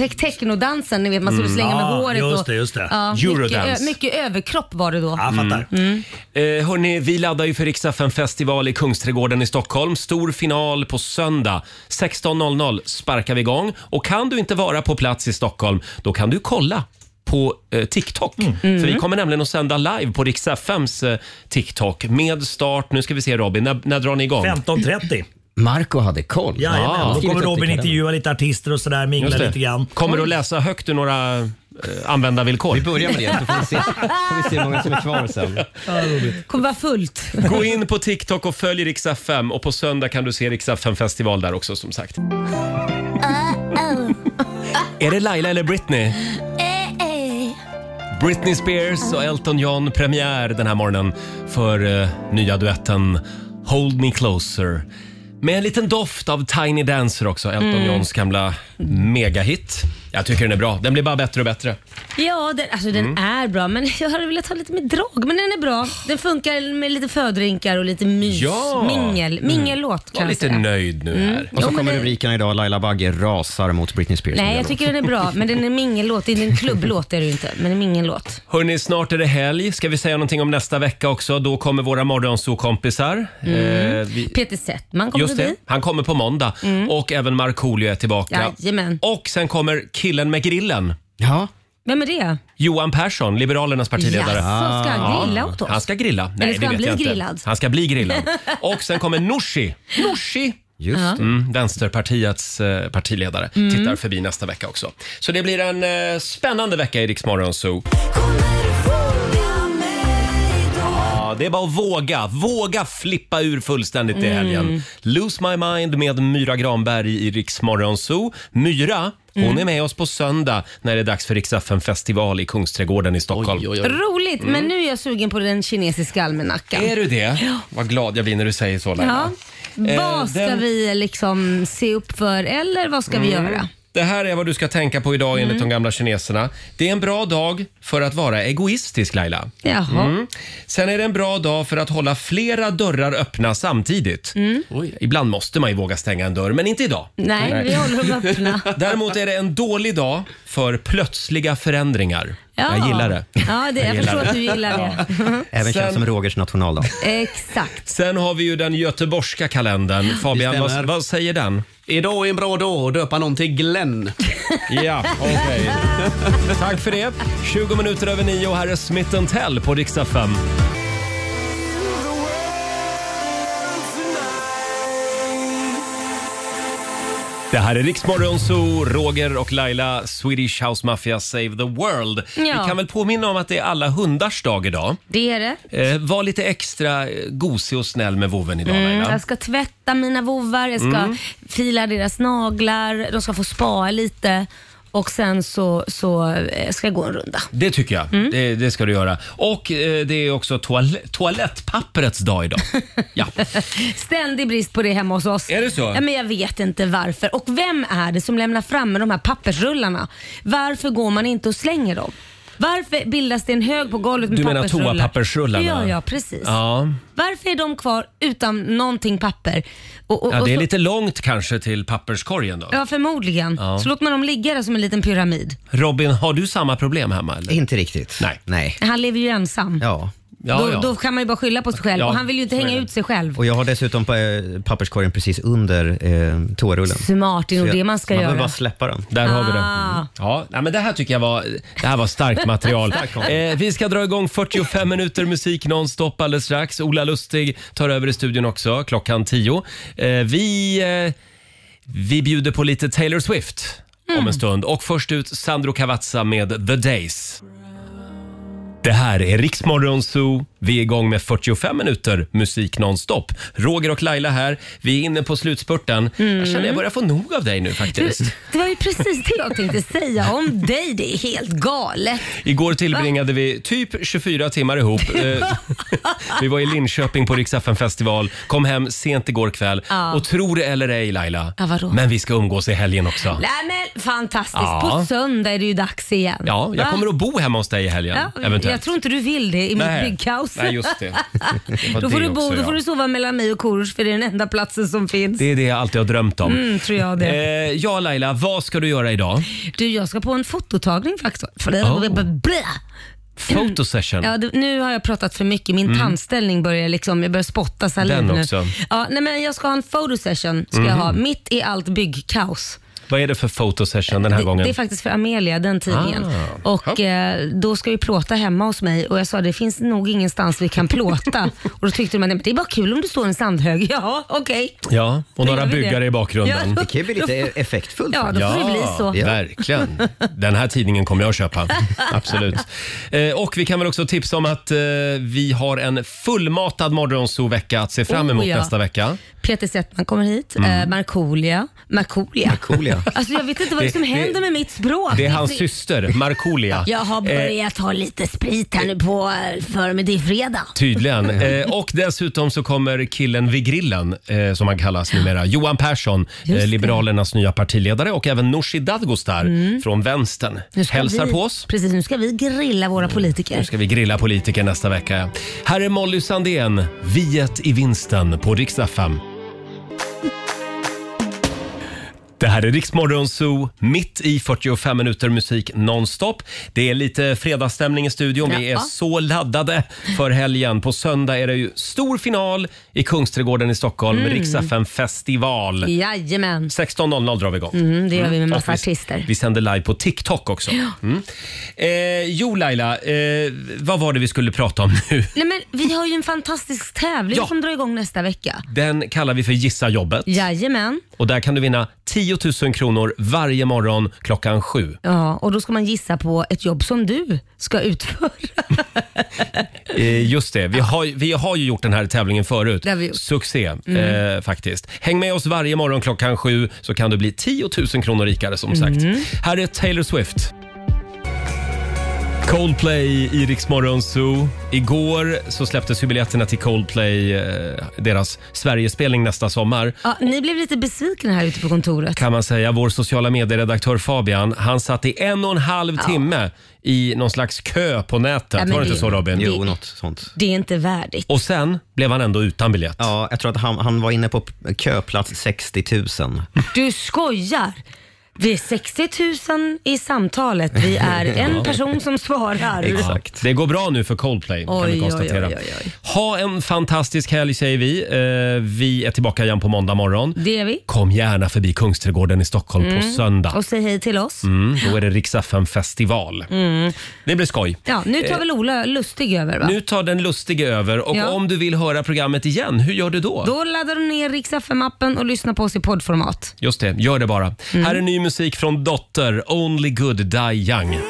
B: eh, te- technodansen, ni vet man skulle
A: Mm.
B: slänga med
A: Ah,
B: håret.
A: just
B: och,
A: det, just det.
B: Ja, mycket,
A: Eurodance.
B: ö- mycket överkropp var det då.
A: Mm. Eh, hörni, vi laddar ju för Riksaffen festival i Kungsträdgården i Stockholm. Stor final på söndag. 16.00 sparkar vi igång. Och kan du inte vara på plats i Stockholm, då kan du kolla på eh, TikTok. För vi kommer nämligen att sända live på Rix FMs eh, TikTok med start, nu ska vi se Robin, när, när drar ni igång?
I: 15.30.
G: Marco hade koll.
B: Ah.
I: Jajamän, då kommer Robin intervjua lite artister och sådär, mingla
A: Just det.
I: lite grann.
A: Kommer du att läsa högt ur några eh, användarvillkor? Vi
G: börjar med det, så får vi se- får vi se hur många som är kvar sen.
B: Kommer vara fullt.
A: Gå in på TikTok och följ Rix FM och på söndag kan du se Rix FM festival där också som
B: Uh,
A: sagt. Är det Laila eller Britney? Britney Spears och Elton John premiär den här morgonen för eh, nya duetten Hold Me Closer. Med en liten doft av Tiny Dancer också, Elton
B: Mm.
A: Johns gamla megahit. Jag tycker den är bra. Den blir bara bättre och bättre.
B: Ja, den, alltså den
A: Mm.
B: är bra, men jag hade velat ha lite mer drag. Men den är bra. Den funkar med lite fördrinkar och lite mys.
G: Ja.
A: Mm.
B: Mingel. Mingellåt kan
G: Var
B: jag
G: lite
B: säga.
G: nöjd
B: nu Mm. här.
G: Och så
B: Jo, men
G: kommer
B: det-
G: rubriken idag, Laila Bagge rasar mot Britney Spears.
B: Nej, jag tycker den är bra, men den är mingellåt. Det är en klubblåt, det är det ju inte, men en mingellåt.
A: Hörni, snart är det helg. Ska vi säga någonting om nästa vecka också? Då kommer våra morgonsokompisar.
B: Mm.
A: Eh, vi-
B: Peter Settman kommer
A: Just det,
B: förbi.
A: han kommer på måndag.
B: Mm.
A: Och även Markoolio är tillbaka.
B: Jajamän.
A: Och sen kommer killen med grillen.
G: Ja.
B: Vem är det?
A: Johan Persson, Liberalernas partiledare.
B: Jaså, ska han grilla åt oss?
A: Han ska grilla.
B: Eller
A: Nej,
B: ska
A: det
B: han
A: vet
B: bli
A: jag inte.
B: grillad?
A: Han ska bli grillad. Och sen kommer Nooshi. Nooshi!
G: Just
B: Ja.
A: Mm, Vänsterpartiets eh, partiledare
B: Mm.
A: tittar förbi nästa vecka också. Så det blir en eh, spännande vecka i Rix Morgon Zoo. Ja, det är bara att våga. Våga flippa ur fullständigt i helgen.
M: Mm.
A: Lose My Mind med Myra Granberg i Rix Morgon Zoo. Myra, hon
B: Mm.
A: är med oss på söndag när det är dags för Rix FM festival i Kungsträdgården i Stockholm.
B: Roligt,
A: Mm. Eh,
B: men nu är jag sugen på den kinesiska almanackan.
A: Är du det? Vad glad jag blir när du säger så
B: Ja.
A: Laila. Eh,
B: Vad ska
A: den-
B: vi liksom se upp för eller vad ska vi
A: Mm.
B: göra?
A: Det här är vad du ska tänka på idag enligt de
B: Mm.
A: gamla kineserna. Det är en bra dag för att vara egoistisk Laila.
B: Jaha.
A: Mm. Sen är det en bra dag för att hålla flera dörrar öppna samtidigt.
B: Mm.
A: Ibland måste man ju våga stänga en dörr, men inte idag.
B: Nej, vi håller dem öppna.
A: Däremot är det en dålig dag för plötsliga förändringar.
B: Ja.
A: Jag gillar det.
B: Ja, det, jag,
A: Jag gillar
B: förstår
A: det.
B: att du gillar det.
G: Även
A: Sen-
G: känd som Rogers nationaldag.
B: Exakt.
A: Sen har vi ju den göteborgska kalendern. Fabian, vad, vad säger den?
H: Idag är en bra dag att döpa någon till Glenn.
A: Ja, okej. Tack för det. 20 minuter över nio och här är Smith Tell på riksdag 5. Det här är Riksmorgon Zoo, Roger och Laila, Swedish House Mafia Save the World.
B: Ja.
A: Vi kan väl påminna om att det är alla hundars dag idag.
B: Det är det.
A: Eh, var lite extra eh, gosig och snäll med vovven idag
B: Mm,
A: Laila.
B: jag ska tvätta mina vovvar, jag ska
A: Mm.
B: fila deras naglar, de ska få spa lite och sen så, så eh, ska jag gå en runda.
A: Det tycker jag.
B: Mm.
A: Det, det ska du göra. Och eh, det är också toal toalettpapperets dag idag.
B: Ständig brist på det hemma hos oss.
A: Är det så?
B: Ja, men jag vet inte varför. Och vem är det som lämnar fram med de här pappersrullarna? Varför går man inte och slänger dem? Varför bildas det en hög på golvet med
A: Du menar
B: pappersrullar?
A: toapappersrullarna?
B: Ja, ja precis.
A: Ja.
B: Varför är de kvar utan någonting papper? Och, och,
A: ja, det är
B: och så-
A: lite långt kanske till papperskorgen då.
B: Ja, förmodligen.
A: Ja.
B: Så låter man dem ligga där som en liten pyramid.
A: Robin, har du samma problem hemma eller?
G: Inte riktigt.
A: Nej.
G: Nej.
B: Han lever ju ensam.
G: Ja.
B: då, då kan man ju bara skylla på sig själv
G: Ja,
B: och han vill ju inte
G: så är
B: hänga
G: det.
B: ut sig själv.
G: Och jag har dessutom pa- eh, papperskorgen precis under eh, toarullen.
B: Smart, det är nog
G: Så jag-
B: det man ska
G: man
B: göra.
G: behöver bara släppa den.
A: Där har vi det.
B: Ah.
A: Mm. Ja, nej, men det här tycker jag var, det här var starkt material.
B: Tack, Hans.
A: eh, vi ska dra igång 45 minuter musik nonstop alldeles strax. Ola Lustig tar över i studion också klockan 10. Eh, vi, eh, vi bjuder på lite Taylor Swift om en stund. Och först ut Sandro Cavazza med The Days. Det här är Riksmorgon Zoo. Vi är igång med 45 minuter musik nonstop. Roger och Laila här. Vi är inne på slutspurten. Jag känner jag börjar få nog av dig nu faktiskt.
B: Du, det var ju precis det jag tänkte säga om dig. Det är helt galet.
A: Igår tillbringade vi typ 24 timmar ihop. Eh, vi var i Linköping på Riksaffen festival, kom hem sent igår kväll.
B: Ja.
A: Och tro det eller ej Laila,
B: Ja, vadå?
A: men vi ska umgås i helgen också.
B: Nej men fantastiskt.
A: Ja.
B: På söndag är det ju dags igen.
A: Ja, jag
B: Va?
A: kommer att bo hemma hos dig i helgen.
B: Ja,
A: eventuellt.
B: jag tror inte du vill det i mitt
A: Nej.
B: byggkaos.
A: Nej, just det. Det var
B: då får
A: det
B: du, bo,
A: också,
B: då
A: ja.
B: får du sova mellan mig och Korosh för det är den enda platsen som finns.
A: Det är det jag alltid har drömt om.
B: Mm, tror jag det.
A: Eh, ja Laila, vad ska du göra idag?
B: Du, jag ska på en fototagning faktiskt.
A: Oh.
B: Blä.
A: Fotosession.
B: Ja, det, nu har jag pratat för mycket. Min
A: Mm.
B: tandställning börjar liksom, jag börjar spotta saliv
A: Den
B: nu.
A: också.
B: Ja, nej, men jag ska ha en fotosession ska jag
A: Mhm.
B: ha, mitt i allt byggkaos.
A: Vad är det för fotosession den här gången?
B: Det är faktiskt för Amelia, den tidningen.
A: Ah.
B: Och eh, då ska vi plåta hemma hos mig och jag sa det finns nog ingenstans vi kan plåta. och då tyckte de att "Nej, men det är bara kul om du står i en sandhög. Ja, okej.
A: Ja, och
B: Då
A: några
B: gör vi
A: byggare
B: det.
A: i bakgrunden.
B: Ja. Det kan ju bli lite
G: effektfullt.
B: Ja, då får det bli så.
A: Ja, verkligen. Den här tidningen kommer jag att köpa. Absolut. Eh, och vi kan väl också tipsa om att eh, vi har en fullmatad morgonzoo-vecka att se fram
B: Oh,
A: emot
B: ja.
A: nästa vecka.
B: Peter Settman kommer hit,
A: Mm.
B: eh, Markolia. Markolia.
A: Markolia.
B: Alltså jag vet inte vad det,
A: Det-
B: är som
A: det-
B: händer med mitt språk.
A: Det är hans
B: fri-
A: syster, Markolia.
B: Jag har
A: Eh,
B: börjat ha lite sprit här nu på för men det är fredag.
A: Tydligen. Eh, och dessutom så kommer killen vid grillen, eh, som han kallas numera, Johan Persson,
B: Just
A: eh,
B: det.
A: Liberalernas nya partiledare och även Nooshi Dadgostar
B: Mm.
A: från vänstern
B: Nu ska
A: hälsar
B: vi,
A: på oss. Mm,
B: Precis, nu ska vi grilla våra
A: Nu
B: politiker.
A: ska vi grilla politiker nästa vecka. Här är Molly Sandén, Viet i vinsten på riksdag 5. Det här är Riksmorgon Zoo, mitt i 45 minuter musik nonstop. Det är lite fredagsstämning i studion. Vi är
B: Ja.
A: så laddade för helgen. På söndag är det ju stor final i Kungsträdgården i Stockholm,
B: Mm.
A: Rix FM festival.
B: Jajamän.
A: 16.00 drar vi igång.
B: Mm, det gör vi med
A: Och
B: massa
A: vi-
B: artister.
A: Vi sänder live på TikTok också. Mm. Eh, jo, Laila, eh, vad var det vi skulle prata om nu?
B: Nej, men vi har ju en fantastisk tävling
A: Ja.
B: som drar igång nästa vecka.
A: Den kallar vi för Gissa jobbet.
B: Jajamän.
A: Och där kan du vinna 10 10 000 kronor varje morgon klockan sju.
B: Ja, och då ska man gissa på ett jobb som du ska utföra.
A: Eh, Just det, vi har, vi har ju gjort den här tävlingen förut.
B: Det har vi gjort.
A: Succé
B: Mm.
A: eh, faktiskt. Häng med oss varje morgon klockan sju så kan du bli 10 000 kronor rikare som sagt.
B: Mm.
A: Här är Taylor Swift. Coldplay i Rix Morgon Zoo. Igår så släpptes ju biljetterna till Coldplay, eh, deras Sverigespelning nästa sommar.
B: Ja, ni blev lite besvikna här ute på kontoret.
A: Kan man säga. Vår sociala medieredaktör Fabian, han satt i en och en halv timme i någon slags kö på nätet.
B: Ja, men
A: Var det
B: det-
A: inte så Robin?
B: Jo,
G: något sånt.
B: Det är inte värdigt.
A: Och sen blev han ändå utan biljett.
G: Ja, jag tror att han, han var inne på p- köplats 60 000.
B: Du skojar! Vi är 60 000 i samtalet. Vi är en person som svarar.
A: Ja, Det går bra nu för Coldplay kan
B: Oj,
A: vi
B: oj,
A: konstatera.
B: oj, oj,
A: Ha en fantastisk helg säger vi. Eh, vi är tillbaka igen på måndag morgon.
B: Det är vi.
A: Kom gärna förbi Kungsträdgården i Stockholm på
B: Mm.
A: söndag.
B: Och säg hej till oss.
A: Mm, då är det Rix FM festival.
B: Mm.
A: Det blir skoj.
B: Ja, nu tar
A: Eh,
B: väl Ola Lustig över va?
A: nu tar den lustige över och
B: Ja.
A: om du vill höra programmet igen, hur gör du då?
B: Då laddar du ner Rix FM-appen och lyssnar på oss i poddformat.
A: Just det, gör det bara.
B: Mm.
A: Här är ny musik från Dotter, Only Good Die Young.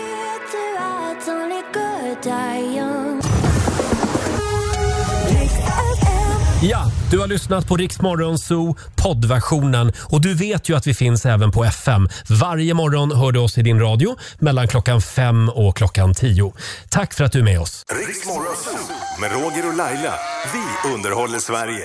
A: Ja, du har lyssnat på Rix Morgon Zoo poddversionen och du vet ju att vi finns även på FM. Varje morgon hör du oss i din radio mellan klockan fem och klockan tio. Tack för att du är med oss.
D: Riks Morgonzoo med Roger och Laila. Vi underhåller Sverige.